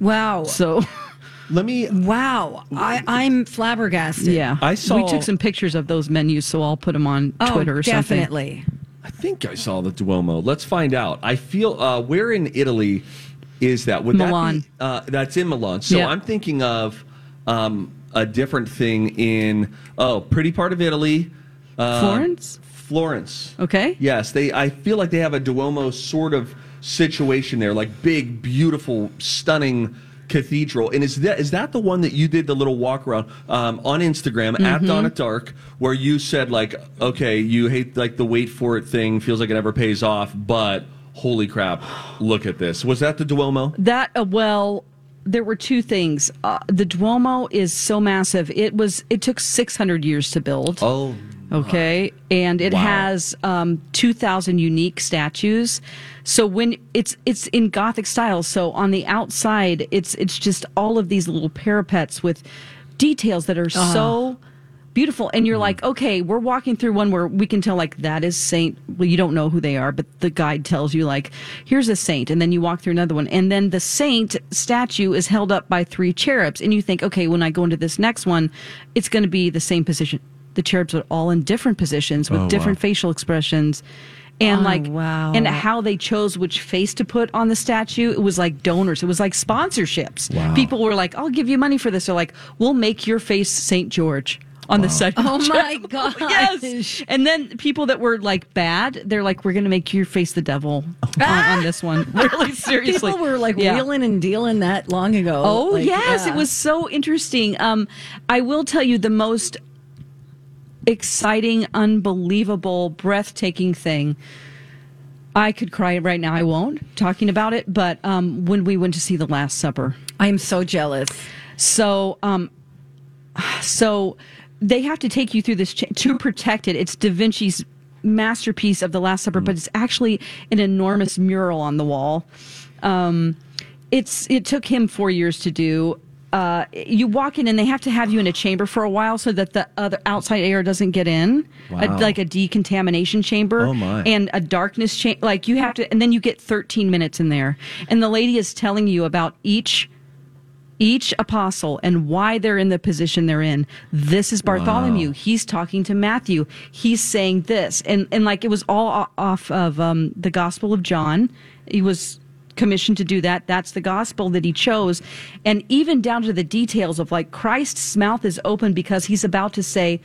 Speaker 1: Wow.
Speaker 3: So
Speaker 2: Let me.
Speaker 1: Wow. I, I'm flabbergasted.
Speaker 3: Yeah,
Speaker 2: I
Speaker 3: We
Speaker 2: saw-
Speaker 3: took some pictures of those menus, so I'll put them on
Speaker 1: Oh,
Speaker 3: Twitter or something.
Speaker 1: definitely.
Speaker 2: I think I saw the Duomo. Let's find out. I feel. Uh, where in Italy is that? Would
Speaker 3: Milan.
Speaker 2: That be, uh, that's in Milan. So
Speaker 3: Yeah.
Speaker 2: I'm thinking of um, a different thing in oh, pretty part of Italy, uh,
Speaker 3: Florence?
Speaker 2: Florence.
Speaker 3: Okay.
Speaker 2: Yes, they. I feel like they have a Duomo sort of situation there, like big, beautiful, stunning cathedral. And is that is that the one that you did the little walk around um, on Instagram
Speaker 3: Mm-hmm.
Speaker 2: at Dawn at Dark, where you said like, okay, you hate like the wait for it thing, feels like it never pays off, but holy crap, look at this. Was that the Duomo?
Speaker 3: That uh, well, there were two things. Uh, the Duomo is so massive. It was. It took six hundred years to build.
Speaker 2: Oh,
Speaker 3: Okay, and it has um, two thousand unique statues. So when it's it's in Gothic style, so on the outside, it's it's just all of these little parapets with details that are so beautiful. And you're like, okay, we're walking through one where we can tell like that is Saint. Well, you don't know who they are, but the guide tells you like, here's a saint, and then you walk through another one, and then the saint statue is held up by three cherubs, and you think, okay, when I go into this next one, it's going to be the same position the cherubs are all in different positions with different facial expressions and like
Speaker 1: Oh, wow.
Speaker 3: and how they chose which face to put on the statue it was like donors it was like sponsorships people were like i'll give you money for this they're like we'll make your face saint george on the side of
Speaker 1: Oh
Speaker 3: the
Speaker 1: my
Speaker 3: cherub.
Speaker 1: gosh.
Speaker 3: yes and then people that were like bad they're like we're gonna make your face the devil on, on this one really seriously
Speaker 1: People were like
Speaker 3: Yeah.
Speaker 1: wheeling and dealing that long ago.
Speaker 3: Oh
Speaker 1: Like,
Speaker 3: yes,
Speaker 1: yeah.
Speaker 3: it was so interesting. Um, I will tell you the most exciting, unbelievable, breathtaking thing. I could cry right now. I won't talking about it, but um, when we went to see the Last Supper,
Speaker 1: I'm so jealous.
Speaker 3: so um, so they have to take you through this cha- to protect it. It's Da Vinci's masterpiece of the Last Supper,
Speaker 2: Mm.
Speaker 3: but it's actually an enormous mural on the wall. Um, it's it took him four years to do. Uh, you walk in and they have to have you in a chamber for a while so that the other outside air doesn't get in, A-
Speaker 4: Wow.
Speaker 3: like a decontamination chamber
Speaker 2: Oh, my.
Speaker 3: and a darkness chamber. Like you have to, and then you get 13 minutes in there, and the lady is telling you about each each apostle and why they're in the position they're in. This is Bartholomew. He's talking to Matthew. He's saying this, and and like it was all o- off of um, the Gospel of John. He was commissioned to do that. That's the gospel that he chose, and even down to the details of like Christ's mouth is open because he's about to say.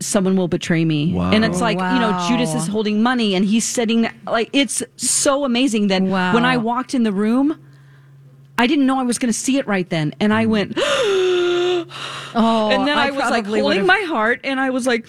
Speaker 3: Someone will betray me, and it's like you know
Speaker 1: Wow.
Speaker 3: Judas is holding money, and he's setting like it's so amazing that when I
Speaker 1: Wow.
Speaker 3: walked in the room, I didn't know I was going to see it right then, and
Speaker 2: Mm.
Speaker 3: I went,
Speaker 1: Oh,
Speaker 3: and then I, was like
Speaker 1: probably
Speaker 3: holding
Speaker 1: would've-
Speaker 3: my heart, and I was like,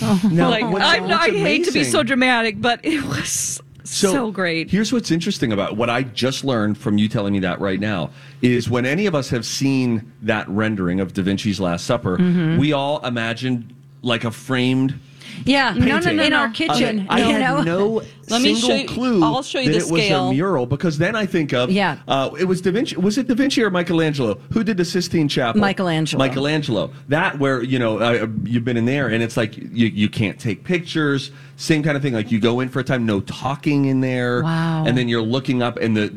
Speaker 3: like I'm not, I hate to be so dramatic, but it was so, great.
Speaker 2: Here's what's interesting about what I just learned from you telling me that right now is when any of us have seen that rendering of Da Vinci's Last Supper,
Speaker 3: Mm-hmm.
Speaker 2: we all imagined like a framed.
Speaker 1: yeah, no, no,
Speaker 2: painting.
Speaker 1: no, in our kitchen.
Speaker 2: I
Speaker 1: you
Speaker 2: had
Speaker 1: know?
Speaker 2: no
Speaker 3: Let me
Speaker 2: single
Speaker 3: show you-
Speaker 2: clue
Speaker 3: I'll show
Speaker 2: that
Speaker 3: you the
Speaker 2: it
Speaker 3: scale.
Speaker 2: was a mural because then I think of
Speaker 1: Yeah.
Speaker 2: uh, it was Da Vinci. Was it Da Vinci or Michelangelo? Who did the Sistine Chapel?
Speaker 1: Michelangelo.
Speaker 2: Michelangelo. That where you know uh, you've been in there and it's like you you can't take pictures. Same kind of thing. Like you go in for a time, no talking in there.
Speaker 1: Wow.
Speaker 2: And then you're looking up and the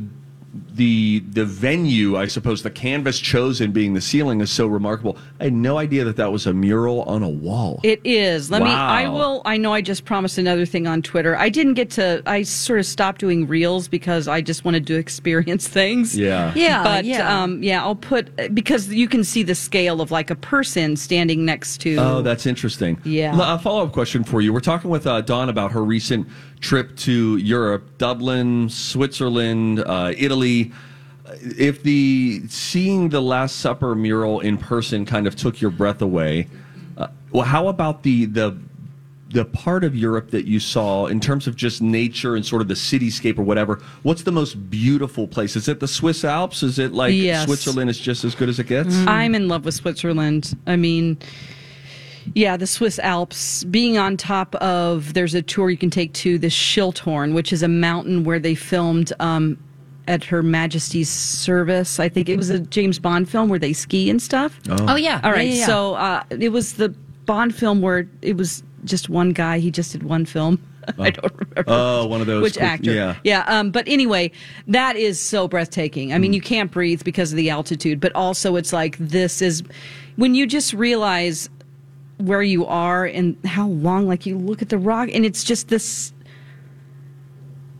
Speaker 2: the the venue i suppose the canvas chosen being the ceiling is so remarkable i had no idea that that was a mural on a wall
Speaker 3: It is. Let me. I
Speaker 2: Wow.
Speaker 3: will. I know. I just promised another thing on Twitter. I didn't get to. I sort of stopped doing reels because I just wanted to experience things.
Speaker 2: yeah
Speaker 1: Yeah,
Speaker 3: but
Speaker 1: yeah.
Speaker 3: um, yeah, I'll put because you can see the scale of like a person standing next to.
Speaker 2: Oh, that's interesting.
Speaker 3: Yeah.
Speaker 2: L- A follow up question for you. We're talking with uh, Dawn about her recent trip to Europe, Dublin, Switzerland, uh, Italy. Uh, If the seeing the Last Supper mural in person kind of took your breath away, uh, well, how about the the the part of Europe that you saw in terms of just nature and sort of the cityscape or whatever? What's the most beautiful place? Is it the Swiss Alps? Is it like
Speaker 3: Yes. Mm-hmm.
Speaker 2: Switzerland is just as good as it gets?
Speaker 3: I'm in love with Switzerland. I mean, yeah, the Swiss Alps, being on top of, there's a tour you can take to the Schilthorn, which is a mountain where they filmed um, at Her Majesty's service. I think it was a James Bond film where they ski and stuff.
Speaker 1: Oh yeah.
Speaker 3: All right.
Speaker 1: Yeah, yeah, yeah.
Speaker 3: So uh, it was the Bond film where it was just one guy. He just did one film. I don't remember.
Speaker 2: Oh, one of those
Speaker 3: Which
Speaker 2: quick-
Speaker 3: actor?
Speaker 2: yeah.
Speaker 3: Yeah. Um, but anyway, that is so breathtaking. I
Speaker 2: Mm.
Speaker 3: mean, you can't breathe because of the altitude, but also it's like this is when you just realize where you are and how long, like you look at the rock, and it's just this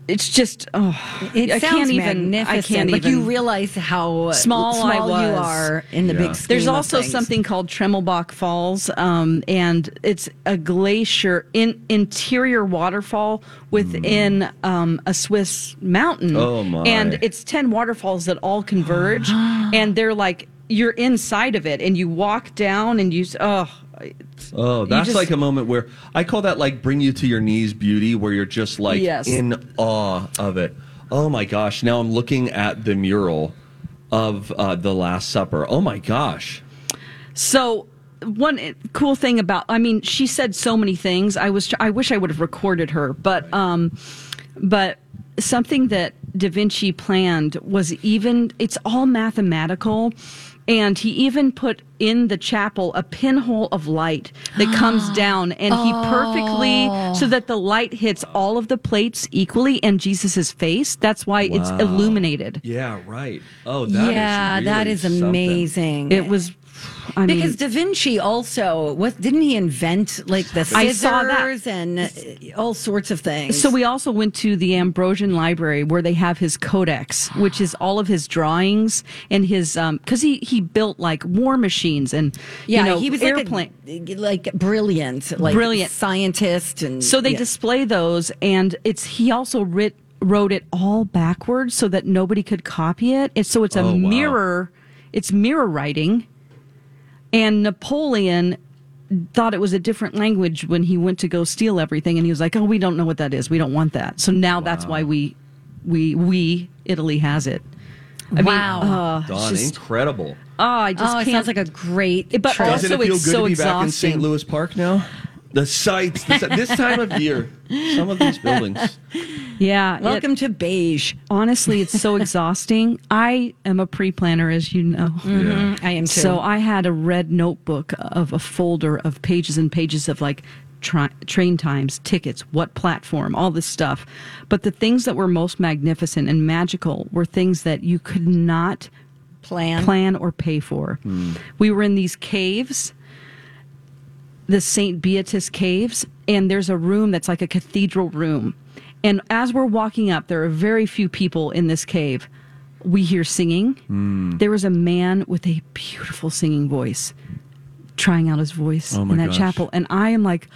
Speaker 3: it's just oh,
Speaker 1: It
Speaker 3: I
Speaker 1: sounds
Speaker 3: can't even.
Speaker 1: magnificent.
Speaker 3: I can't
Speaker 1: like you
Speaker 3: even.
Speaker 1: realize how
Speaker 3: Small I
Speaker 1: you
Speaker 3: was.
Speaker 1: are in the
Speaker 2: Yeah.
Speaker 1: big. Scheme
Speaker 3: There's
Speaker 1: of
Speaker 3: also
Speaker 1: things.
Speaker 3: something called Tremmelbach Falls, um, and it's a glacier in interior waterfall within
Speaker 1: Hmm.
Speaker 3: um, a Swiss mountain.
Speaker 2: Oh, my.
Speaker 3: And it's ten waterfalls that all converge, and they're like you're inside of it, and you walk down, and you s- oh, it's-
Speaker 2: Oh,
Speaker 3: you
Speaker 2: that's
Speaker 3: just-
Speaker 2: like a moment where I call that like bring you to your knees beauty, where you're just like
Speaker 3: Yes.
Speaker 2: in awe of it. Oh my gosh. Now I'm looking at the mural of uh, The Last Supper. Oh my gosh.
Speaker 3: So one i- cool thing about I mean she said so many things. I was tr- I wish I would have recorded her, but um but something that Da Vinci planned was even it's all mathematical and he even put in the chapel a pinhole of light that comes down and he perfectly so that the light hits all of the plates equally and Jesus's face. That's why it's illuminated.
Speaker 2: Yeah, right. Oh, that is
Speaker 1: Yeah, that
Speaker 2: really
Speaker 1: is
Speaker 2: something.
Speaker 1: amazing.
Speaker 3: It was I mean
Speaker 1: because Da Vinci also what didn't he invent like the
Speaker 3: I saw that.
Speaker 1: scissors and uh, all sorts of things.
Speaker 3: So we also went to the Ambrosian Library where they have his codex, which is all of his drawings and his because he he built like war machines and
Speaker 1: yeah,
Speaker 3: you know,
Speaker 1: he was
Speaker 3: airplane.
Speaker 1: like a, like brilliant, like
Speaker 3: Brilliant.
Speaker 1: scientist, and
Speaker 3: so they
Speaker 1: yeah.
Speaker 3: display those, and it's he also writ, wrote it all backwards so that nobody could copy it. And so it's a
Speaker 2: Oh, wow.
Speaker 3: mirror, it's mirror writing, and Napoleon. Thought it was a different language when he went to go steal everything, and he was like, "Oh, we don't know what that is. We don't want that." So now that's why we, we, we Italy has it. I mean,
Speaker 1: Wow.
Speaker 3: uh, it's
Speaker 2: Dawn,
Speaker 3: just-
Speaker 2: incredible.
Speaker 3: oh, I just
Speaker 1: Oh, it
Speaker 3: can't.
Speaker 1: sounds like a great.
Speaker 3: It- but
Speaker 1: trip.
Speaker 3: also-
Speaker 2: Doesn't it feel
Speaker 3: it's
Speaker 2: good
Speaker 3: so
Speaker 2: to be back in
Speaker 3: exhausting.
Speaker 2: St. Louis Park now? The sights, the, si- this time of year, some of these buildings.
Speaker 3: yeah. it-
Speaker 1: welcome to beige.
Speaker 3: honestly, it's so exhausting. I am a pre planner, as you know.
Speaker 1: Mm.
Speaker 2: Yeah.
Speaker 1: I am too.
Speaker 3: So Mm-hmm. I had a red notebook of a folder of pages and pages of like tra- train times, tickets, what platform, all this stuff. But the things that were most magnificent and magical were things that you could not
Speaker 1: plan.
Speaker 3: plan or pay for.
Speaker 2: Hmm.
Speaker 3: We were in these caves, the St. Beatus caves, and there's a room that's like a cathedral room. And as we're walking up, there are very few people in this cave. We hear singing.
Speaker 2: Hmm.
Speaker 3: There was a man with a beautiful singing voice trying out his voice
Speaker 2: Oh my
Speaker 3: in that
Speaker 2: gosh.
Speaker 3: chapel. And I am like,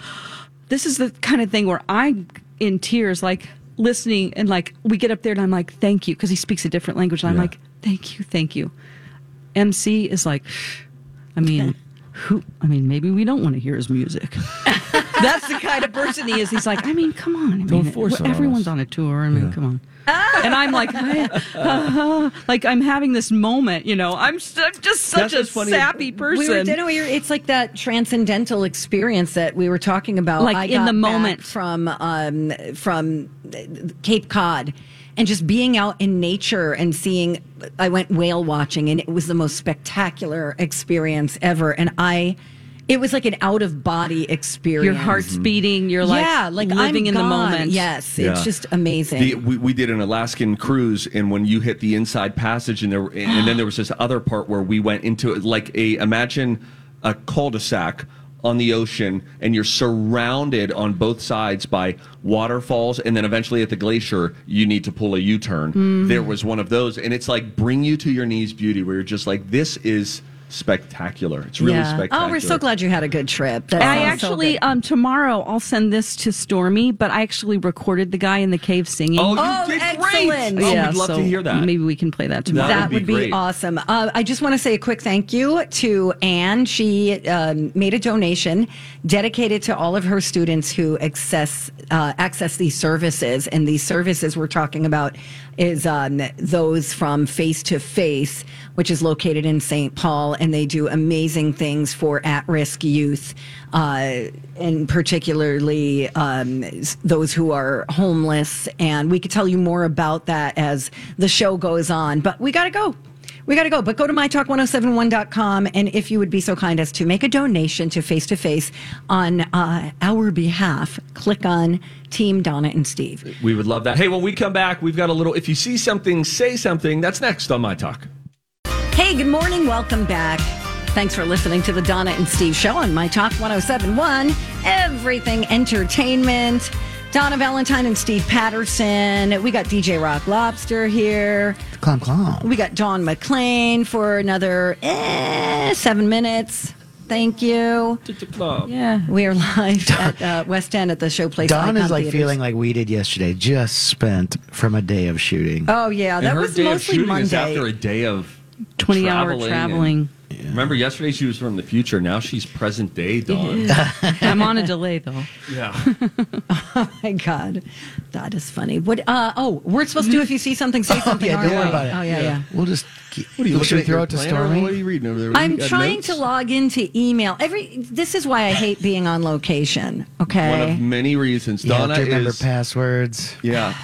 Speaker 3: this is the kind of thing where I'm in tears, like listening, and like we get up there and I'm like, thank you, because he speaks a different language. And I'm
Speaker 2: Yeah.
Speaker 3: like, thank you, thank you. MC is like, I mean, who? I mean, maybe we don't want to hear his music. That's the kind of person he is. He's like, I mean, come on. I mean,
Speaker 2: Don't force it on
Speaker 3: everyone's
Speaker 2: us.
Speaker 3: on a tour. I mean, come on. And I'm like, I- uh, like I'm having this moment, you know. I'm, s- I'm just such
Speaker 2: That's
Speaker 3: a
Speaker 2: what's funny.
Speaker 3: sappy person.
Speaker 1: We were, you know, we were, it's like that transcendental experience that we were talking about,
Speaker 3: Like in
Speaker 1: got
Speaker 3: the
Speaker 1: back
Speaker 3: moment.
Speaker 1: from um, from Cape Cod, and just being out in nature and seeing. I went whale watching, and it was the most spectacular experience ever. And I, it was like an out of body experience.
Speaker 3: Your heart's
Speaker 2: Mm-hmm.
Speaker 3: beating. You're like,
Speaker 1: yeah, like
Speaker 3: living
Speaker 1: I'm gone.
Speaker 3: in the moment.
Speaker 1: Yes,
Speaker 2: Yeah.
Speaker 1: it's just amazing.
Speaker 2: The, we, we did an Alaskan cruise, and when you hit the inside passage, and there and, and then there was this other part where we went into it, like a imagine a cul-de-sac on the ocean, and you're surrounded on both sides by waterfalls, and then eventually at the glacier, you need to pull a U-turn.
Speaker 1: Hmm.
Speaker 2: There was one of those, and it's like bring you to your knees, beauty, where you're just like this is spectacular. It's really spectacular.
Speaker 1: Oh, we're so glad you had a good trip. That
Speaker 3: I
Speaker 1: sounds so
Speaker 3: actually
Speaker 1: good.
Speaker 3: um tomorrow I'll send this to Stormy, but I actually recorded the guy in the cave singing.
Speaker 2: Oh, you
Speaker 1: Oh,
Speaker 2: did
Speaker 1: excellent.
Speaker 2: great! Oh,
Speaker 1: Yeah,
Speaker 2: we'd love to hear that.
Speaker 3: Maybe we can play that tomorrow.
Speaker 1: that
Speaker 2: That would
Speaker 1: would
Speaker 2: be
Speaker 1: be,
Speaker 2: great.
Speaker 1: awesome. Uh, I just want to say a quick thank you to Anne. She um, made a donation dedicated to all of her students who access uh, access these services, and these services we're talking about is um, those from Face to Face, which is located in St. Paul, and they do amazing things for at risk youth, uh, and particularly um, s- those who are homeless. And we could tell you more about that as the show goes on, but we got to go. We got to go, but go to mytalk1071.com. And if you would be so kind as to make a donation to Face to Face on uh, our behalf, click on Team Donna and Steve.
Speaker 2: We would love that. Hey, when we come back, we've got a little. If you see something, say something. That's next on my talk.
Speaker 1: Hey, good morning. Welcome back. Thanks for listening to the oh Donna and Steve show on My Talk 1071, Everything Entertainment. Donna Valentine and Steve Patterson. We got DJ Rock Lobster here.
Speaker 4: Clom clom.
Speaker 1: We got Don McLean for another eh, seven minutes. Thank you. Yeah, we are live at uh, West End at the Showplace.
Speaker 4: Dawn
Speaker 1: Icon
Speaker 4: is like
Speaker 1: Theaters.
Speaker 4: feeling like we did yesterday, just spent from a day of shooting.
Speaker 1: Oh yeah, that
Speaker 2: and her
Speaker 1: was
Speaker 2: day of
Speaker 1: mostly
Speaker 2: shooting
Speaker 1: Monday.
Speaker 2: is after a day of
Speaker 3: 20 hour
Speaker 2: and-
Speaker 3: traveling.
Speaker 2: Remember, yesterday she was from the future. Now she's present day, Dawn.
Speaker 3: I'm on a delay though.
Speaker 2: yeah.
Speaker 1: my god, that is funny. What? Uh, oh, we're supposed to if you see something, say something.
Speaker 4: yeah,
Speaker 1: aren't
Speaker 4: don't worry
Speaker 1: we?
Speaker 4: about it.
Speaker 1: Oh yeah, yeah.
Speaker 4: We'll just. Keep, should we throw it to
Speaker 2: What are
Speaker 4: Stormy?
Speaker 2: you reading over there? uh,
Speaker 1: I'm trying to log into email. Every this is why I hate being on location.
Speaker 2: One of
Speaker 1: Okay.
Speaker 2: many reasons.
Speaker 4: You have
Speaker 2: Donna
Speaker 4: to remember
Speaker 2: is.
Speaker 4: passwords.
Speaker 2: yeah.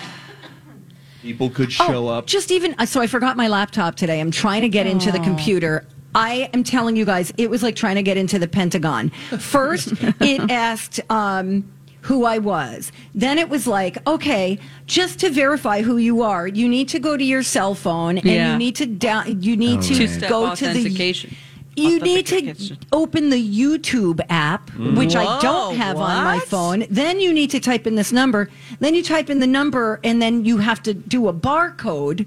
Speaker 2: People could show up.
Speaker 1: Oh, Just even uh, so, I forgot my laptop today. I'm trying to get into the computer. I am telling you guys, it was like trying to get into the Pentagon. First, it asked um, who I was. Then it was like, okay, just to verify who you are, you need to go to your cell phone and
Speaker 3: Yeah.
Speaker 1: you need to down, you
Speaker 2: Oh,
Speaker 1: need to
Speaker 3: Two-step
Speaker 1: go to the
Speaker 3: authentication.
Speaker 1: you need to
Speaker 3: Authentication.
Speaker 1: open the YouTube app,
Speaker 2: Mm.
Speaker 1: which I don't
Speaker 3: Whoa,
Speaker 1: have on my
Speaker 3: what?
Speaker 1: phone. Then you need to type in this number. Then you type in the number, and then you have to do a barcode.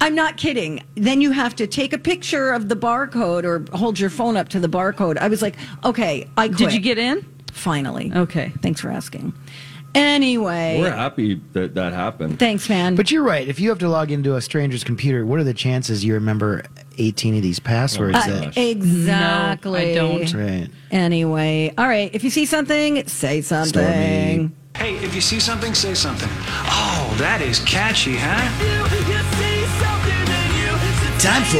Speaker 1: I'm not kidding. Then you have to take a picture of the barcode or hold your phone up to the barcode. I was like, okay, I quit.
Speaker 3: Did you get in?
Speaker 1: Finally.
Speaker 3: Okay.
Speaker 1: Thanks for asking. Anyway,
Speaker 2: We're happy that that happened.
Speaker 1: thanks, man.
Speaker 4: But you're right. If you have to log into a stranger's computer, what are the chances you remember 18 of these passwords?
Speaker 1: Uh,
Speaker 4: that-
Speaker 1: exactly.
Speaker 3: No, I don't.
Speaker 4: right.
Speaker 1: Anyway, all right. If you see something, say something.
Speaker 8: Hey, if you see something, say something. Oh, that is catchy, huh?
Speaker 9: Time for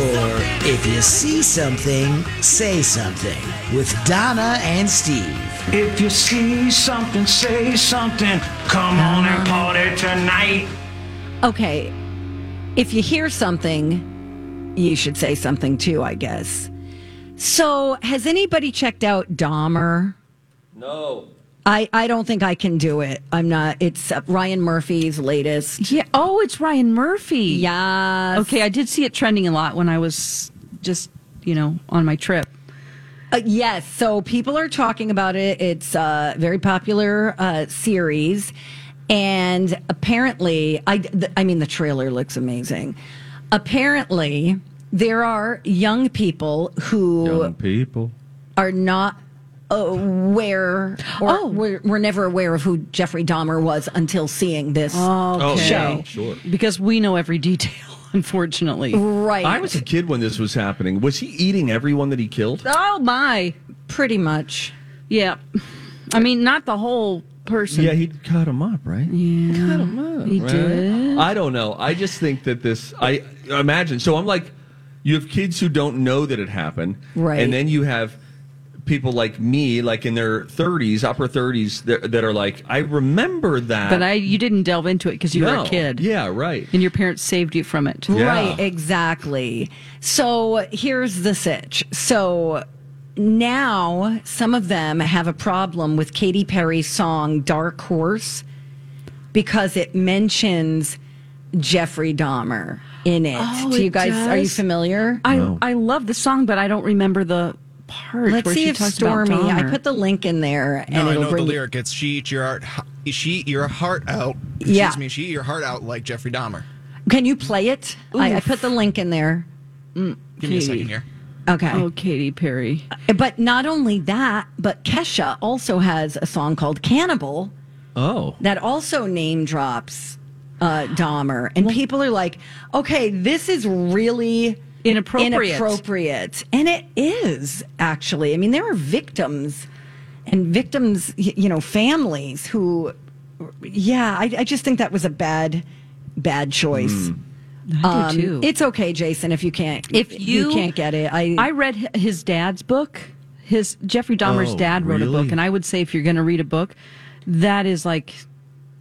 Speaker 9: If You See Something, Say Something with Donna and Steve.
Speaker 8: If you see something, say something. Come on and party tonight.
Speaker 1: Okay. If you hear something, you should say something too, I guess. So, has anybody checked out Dahmer?
Speaker 2: No.
Speaker 1: I, I don't think I can do it. I'm not. It's uh, Ryan Murphy's latest.
Speaker 3: Yeah. Oh, it's Ryan Murphy.
Speaker 1: Yeah.
Speaker 3: Okay, I did see it trending a lot when I was just, you know, on my trip.
Speaker 1: Uh, yes. So people are talking about it. It's a very popular uh, series, and apparently, I th- I mean, the trailer looks amazing. Apparently, there are young people who
Speaker 2: Young people.
Speaker 1: are not aware or
Speaker 3: Oh.
Speaker 1: were, were never aware of who Jeffrey Dahmer was until seeing this
Speaker 2: Oh,
Speaker 1: show.
Speaker 2: Sure.
Speaker 3: Because we know every detail, unfortunately.
Speaker 1: Right.
Speaker 2: I was a kid when this was happening. Was he eating everyone that he killed?
Speaker 3: Oh my.
Speaker 1: pretty much.
Speaker 3: Yeah. I mean, not the whole person.
Speaker 2: Yeah, he cut him up, right? Yeah, cut him up. He
Speaker 3: did.
Speaker 2: I don't know. I just think that this. I imagine. So I'm like, you have kids who don't know that it happened,
Speaker 1: Right.
Speaker 2: And then you have people like me, like in their 30s, upper 30s, that, that are like, I remember that.
Speaker 3: But I you didn't delve into it because you were
Speaker 2: No.
Speaker 3: a kid.
Speaker 2: Yeah, right.
Speaker 3: And your parents saved you from it.
Speaker 2: Yeah.
Speaker 1: Right, exactly. So here's the sitch. So now some of them have a problem with Katy Perry's song Dark Horse because it mentions Jeffrey Dahmer in it.
Speaker 3: Oh,
Speaker 1: Do you
Speaker 3: it
Speaker 1: guys are you
Speaker 3: does?
Speaker 1: familiar?
Speaker 3: I I love the song, but I don't remember the part.
Speaker 1: Let's
Speaker 3: where
Speaker 1: see
Speaker 3: she
Speaker 1: if
Speaker 3: talks about
Speaker 1: Stormy. I
Speaker 3: Dahmer.
Speaker 1: put the link in there and
Speaker 9: I
Speaker 1: it'll
Speaker 9: know the
Speaker 1: bring you-
Speaker 9: lyric. It's she eat your heart, she eat your heart out.
Speaker 1: Yeah.
Speaker 9: Excuse me, she eat your heart out like Jeffrey Dahmer.
Speaker 1: Can you play it? I, I put the link in there.
Speaker 9: Give me a second here.
Speaker 1: Okay.
Speaker 3: Oh, Katy Perry.
Speaker 1: But not only that, but Kesha also has a song called Cannibal
Speaker 2: oh,
Speaker 1: that also name drops uh, Dahmer. And people are like, okay, this is really
Speaker 3: Inappropriate.
Speaker 1: inappropriate. And it is, actually. I mean, there are victims and victims, y- you know, families who, yeah, I, I just think that was a bad, bad choice. Um,
Speaker 3: I do too.
Speaker 1: It's okay, Jason, if you can't
Speaker 3: if you,
Speaker 1: can't get it. I,
Speaker 3: I read hi- his dad's book. His Jeffrey Dahmer's
Speaker 2: Oh,
Speaker 3: dad wrote a
Speaker 2: really?
Speaker 3: book, and I would say if you're going to read a book, that is like,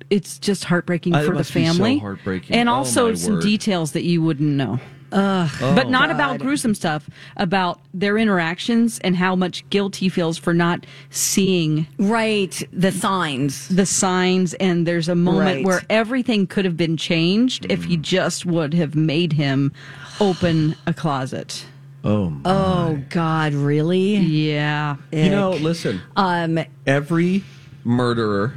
Speaker 3: it's just heartbreaking
Speaker 2: Uh, it
Speaker 3: for the
Speaker 2: must be so
Speaker 3: family,
Speaker 2: heartbreaking.
Speaker 3: and
Speaker 2: Oh,
Speaker 3: also
Speaker 2: my
Speaker 3: some
Speaker 2: word. Oh,
Speaker 3: details that you wouldn't know. but not about gruesome stuff, about their interactions and how much guilt he feels for not seeing
Speaker 1: right the signs.
Speaker 3: the signs. And there's a moment
Speaker 1: Right.
Speaker 3: where everything could have been changed if
Speaker 2: Mm.
Speaker 3: he just would have made him open a closet.
Speaker 2: oh, my.
Speaker 1: Oh God, really?
Speaker 3: Yeah.
Speaker 2: you know, listen.
Speaker 1: Um,
Speaker 2: every murderer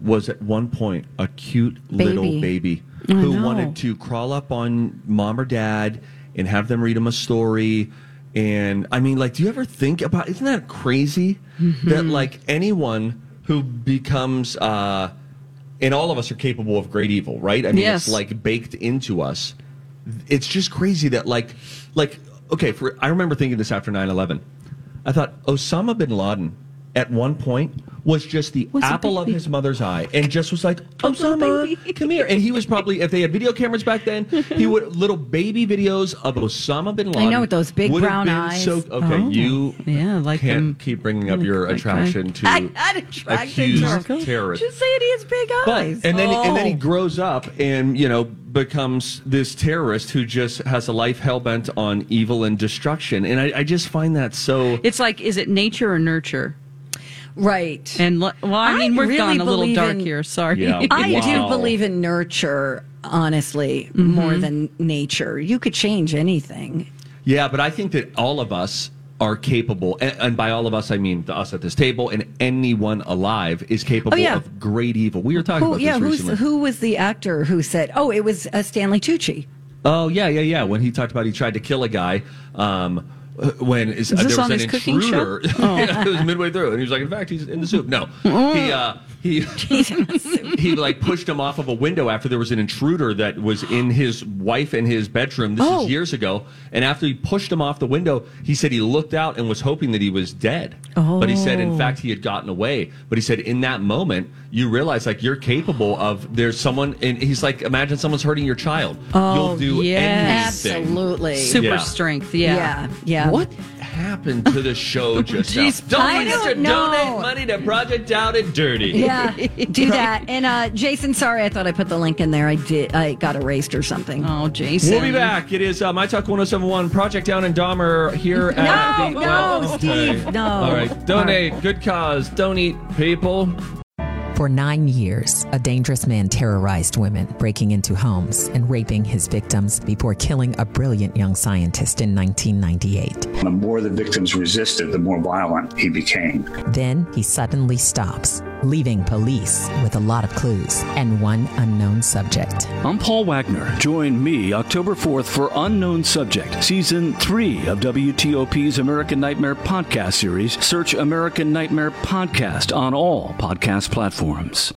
Speaker 2: was at one point a cute
Speaker 1: Baby.
Speaker 2: little baby
Speaker 1: I
Speaker 2: who
Speaker 1: know.
Speaker 2: wanted to crawl up on mom or dad and have them read him a story. And I mean, like, do you ever think about? Isn't that crazy
Speaker 1: Mm-hmm.
Speaker 2: that like anyone who becomes uh, and all of us are capable of great evil, right? I mean,
Speaker 3: Yes.
Speaker 2: it's like baked into us. It's just crazy that like, like, okay, for I remember thinking this after 9-11. I thought Osama bin Laden at one point was just the
Speaker 8: Was a
Speaker 2: apple of
Speaker 8: baby.
Speaker 2: his mother's eye and just was
Speaker 1: Oh,
Speaker 2: like, Osama, come here. And he was probably, if they had video cameras back then, he would, little baby videos of Osama bin Laden.
Speaker 1: I know, with those big
Speaker 2: would have
Speaker 1: brown
Speaker 2: been
Speaker 1: eyes.
Speaker 2: So, okay,
Speaker 1: Oh.
Speaker 2: you
Speaker 3: yeah, like
Speaker 2: can't keep bringing up your attraction to
Speaker 1: I, I attracted to
Speaker 2: accused
Speaker 1: her.
Speaker 2: terrorists.
Speaker 1: Just saying he has big
Speaker 2: But,
Speaker 1: eyes.
Speaker 2: and then and then he
Speaker 1: Oh.
Speaker 2: grows up and you know becomes this terrorist who just has a life hell bent on evil and destruction. And I, I just find that so.
Speaker 3: It's like, is it nature or nurture?
Speaker 1: Right.
Speaker 3: And lo- well, I mean, we're
Speaker 1: really
Speaker 3: gone a little
Speaker 1: believe
Speaker 3: dark
Speaker 1: in-
Speaker 3: here. Sorry.
Speaker 2: Yeah.
Speaker 1: I do
Speaker 2: Wow. Mm-hmm.
Speaker 1: believe in nurture, honestly, more than nature. You could change anything.
Speaker 2: Yeah, but I think that all of us are capable, and, and by all of us I mean the us at this table, and anyone alive is capable
Speaker 1: Oh, yeah.
Speaker 2: of great evil. We were talking
Speaker 1: Who,
Speaker 2: about
Speaker 1: yeah,
Speaker 2: this
Speaker 1: who's,
Speaker 2: recently.
Speaker 1: who was the actor who said, oh, it was uh, Stanley Tucci?
Speaker 2: Oh yeah, yeah, yeah. When he talked about he tried to kill a guy. Um, uh, when is,
Speaker 3: Is
Speaker 2: uh,
Speaker 3: this
Speaker 2: there was
Speaker 3: on
Speaker 2: an
Speaker 3: his cooking
Speaker 2: intruder,
Speaker 3: show? Oh.
Speaker 2: Yeah, it was midway through, and he was like, "In fact, he's in the soup." No, he uh, he he like pushed him off of a window after there was an intruder that was in his wife and his bedroom. This
Speaker 1: Oh.
Speaker 2: is years ago, and after he pushed him off the window, he said he looked out and was hoping that he was dead. But he said, in
Speaker 1: Oh.
Speaker 2: fact, he had gotten away. But he said, in that moment, you realize like you're capable of. There's someone, and he's like, imagine someone's hurting your child.
Speaker 3: Oh,
Speaker 2: You'll do
Speaker 3: yes.
Speaker 2: anything.
Speaker 1: Absolutely.
Speaker 3: Super
Speaker 2: Yeah.
Speaker 3: strength. Yeah.
Speaker 1: Yeah. yeah.
Speaker 2: What happened to the show just now?
Speaker 3: Jeez,
Speaker 2: Don't
Speaker 1: I
Speaker 2: forget to
Speaker 1: don't know.
Speaker 2: donate money to Project Out and Dirty.
Speaker 1: Yeah, do that. And uh, Jason, sorry, I thought I put the link in there. I did. I got erased or something.
Speaker 3: Oh, Jason.
Speaker 2: We'll be back. It is uh, My Talk 1071, Project Down and Dahmer here at
Speaker 1: No,
Speaker 2: the.
Speaker 1: no,
Speaker 2: well, okay.
Speaker 1: Steve, no.
Speaker 2: All right. Donate. Good cause. Don't eat people.
Speaker 10: For nine years, a dangerous man terrorized women, breaking into homes and raping his victims before killing a brilliant young scientist in 1998.
Speaker 11: The more the victims resisted, the more violent he became.
Speaker 10: Then he suddenly stops, leaving police with a lot of clues and one unknown subject.
Speaker 12: I'm Paul Wagner. Join me October 4th for Unknown Subject, Season 3 of WTOP's American Nightmare Podcast Series. Search American Nightmare Podcast on all podcast platforms.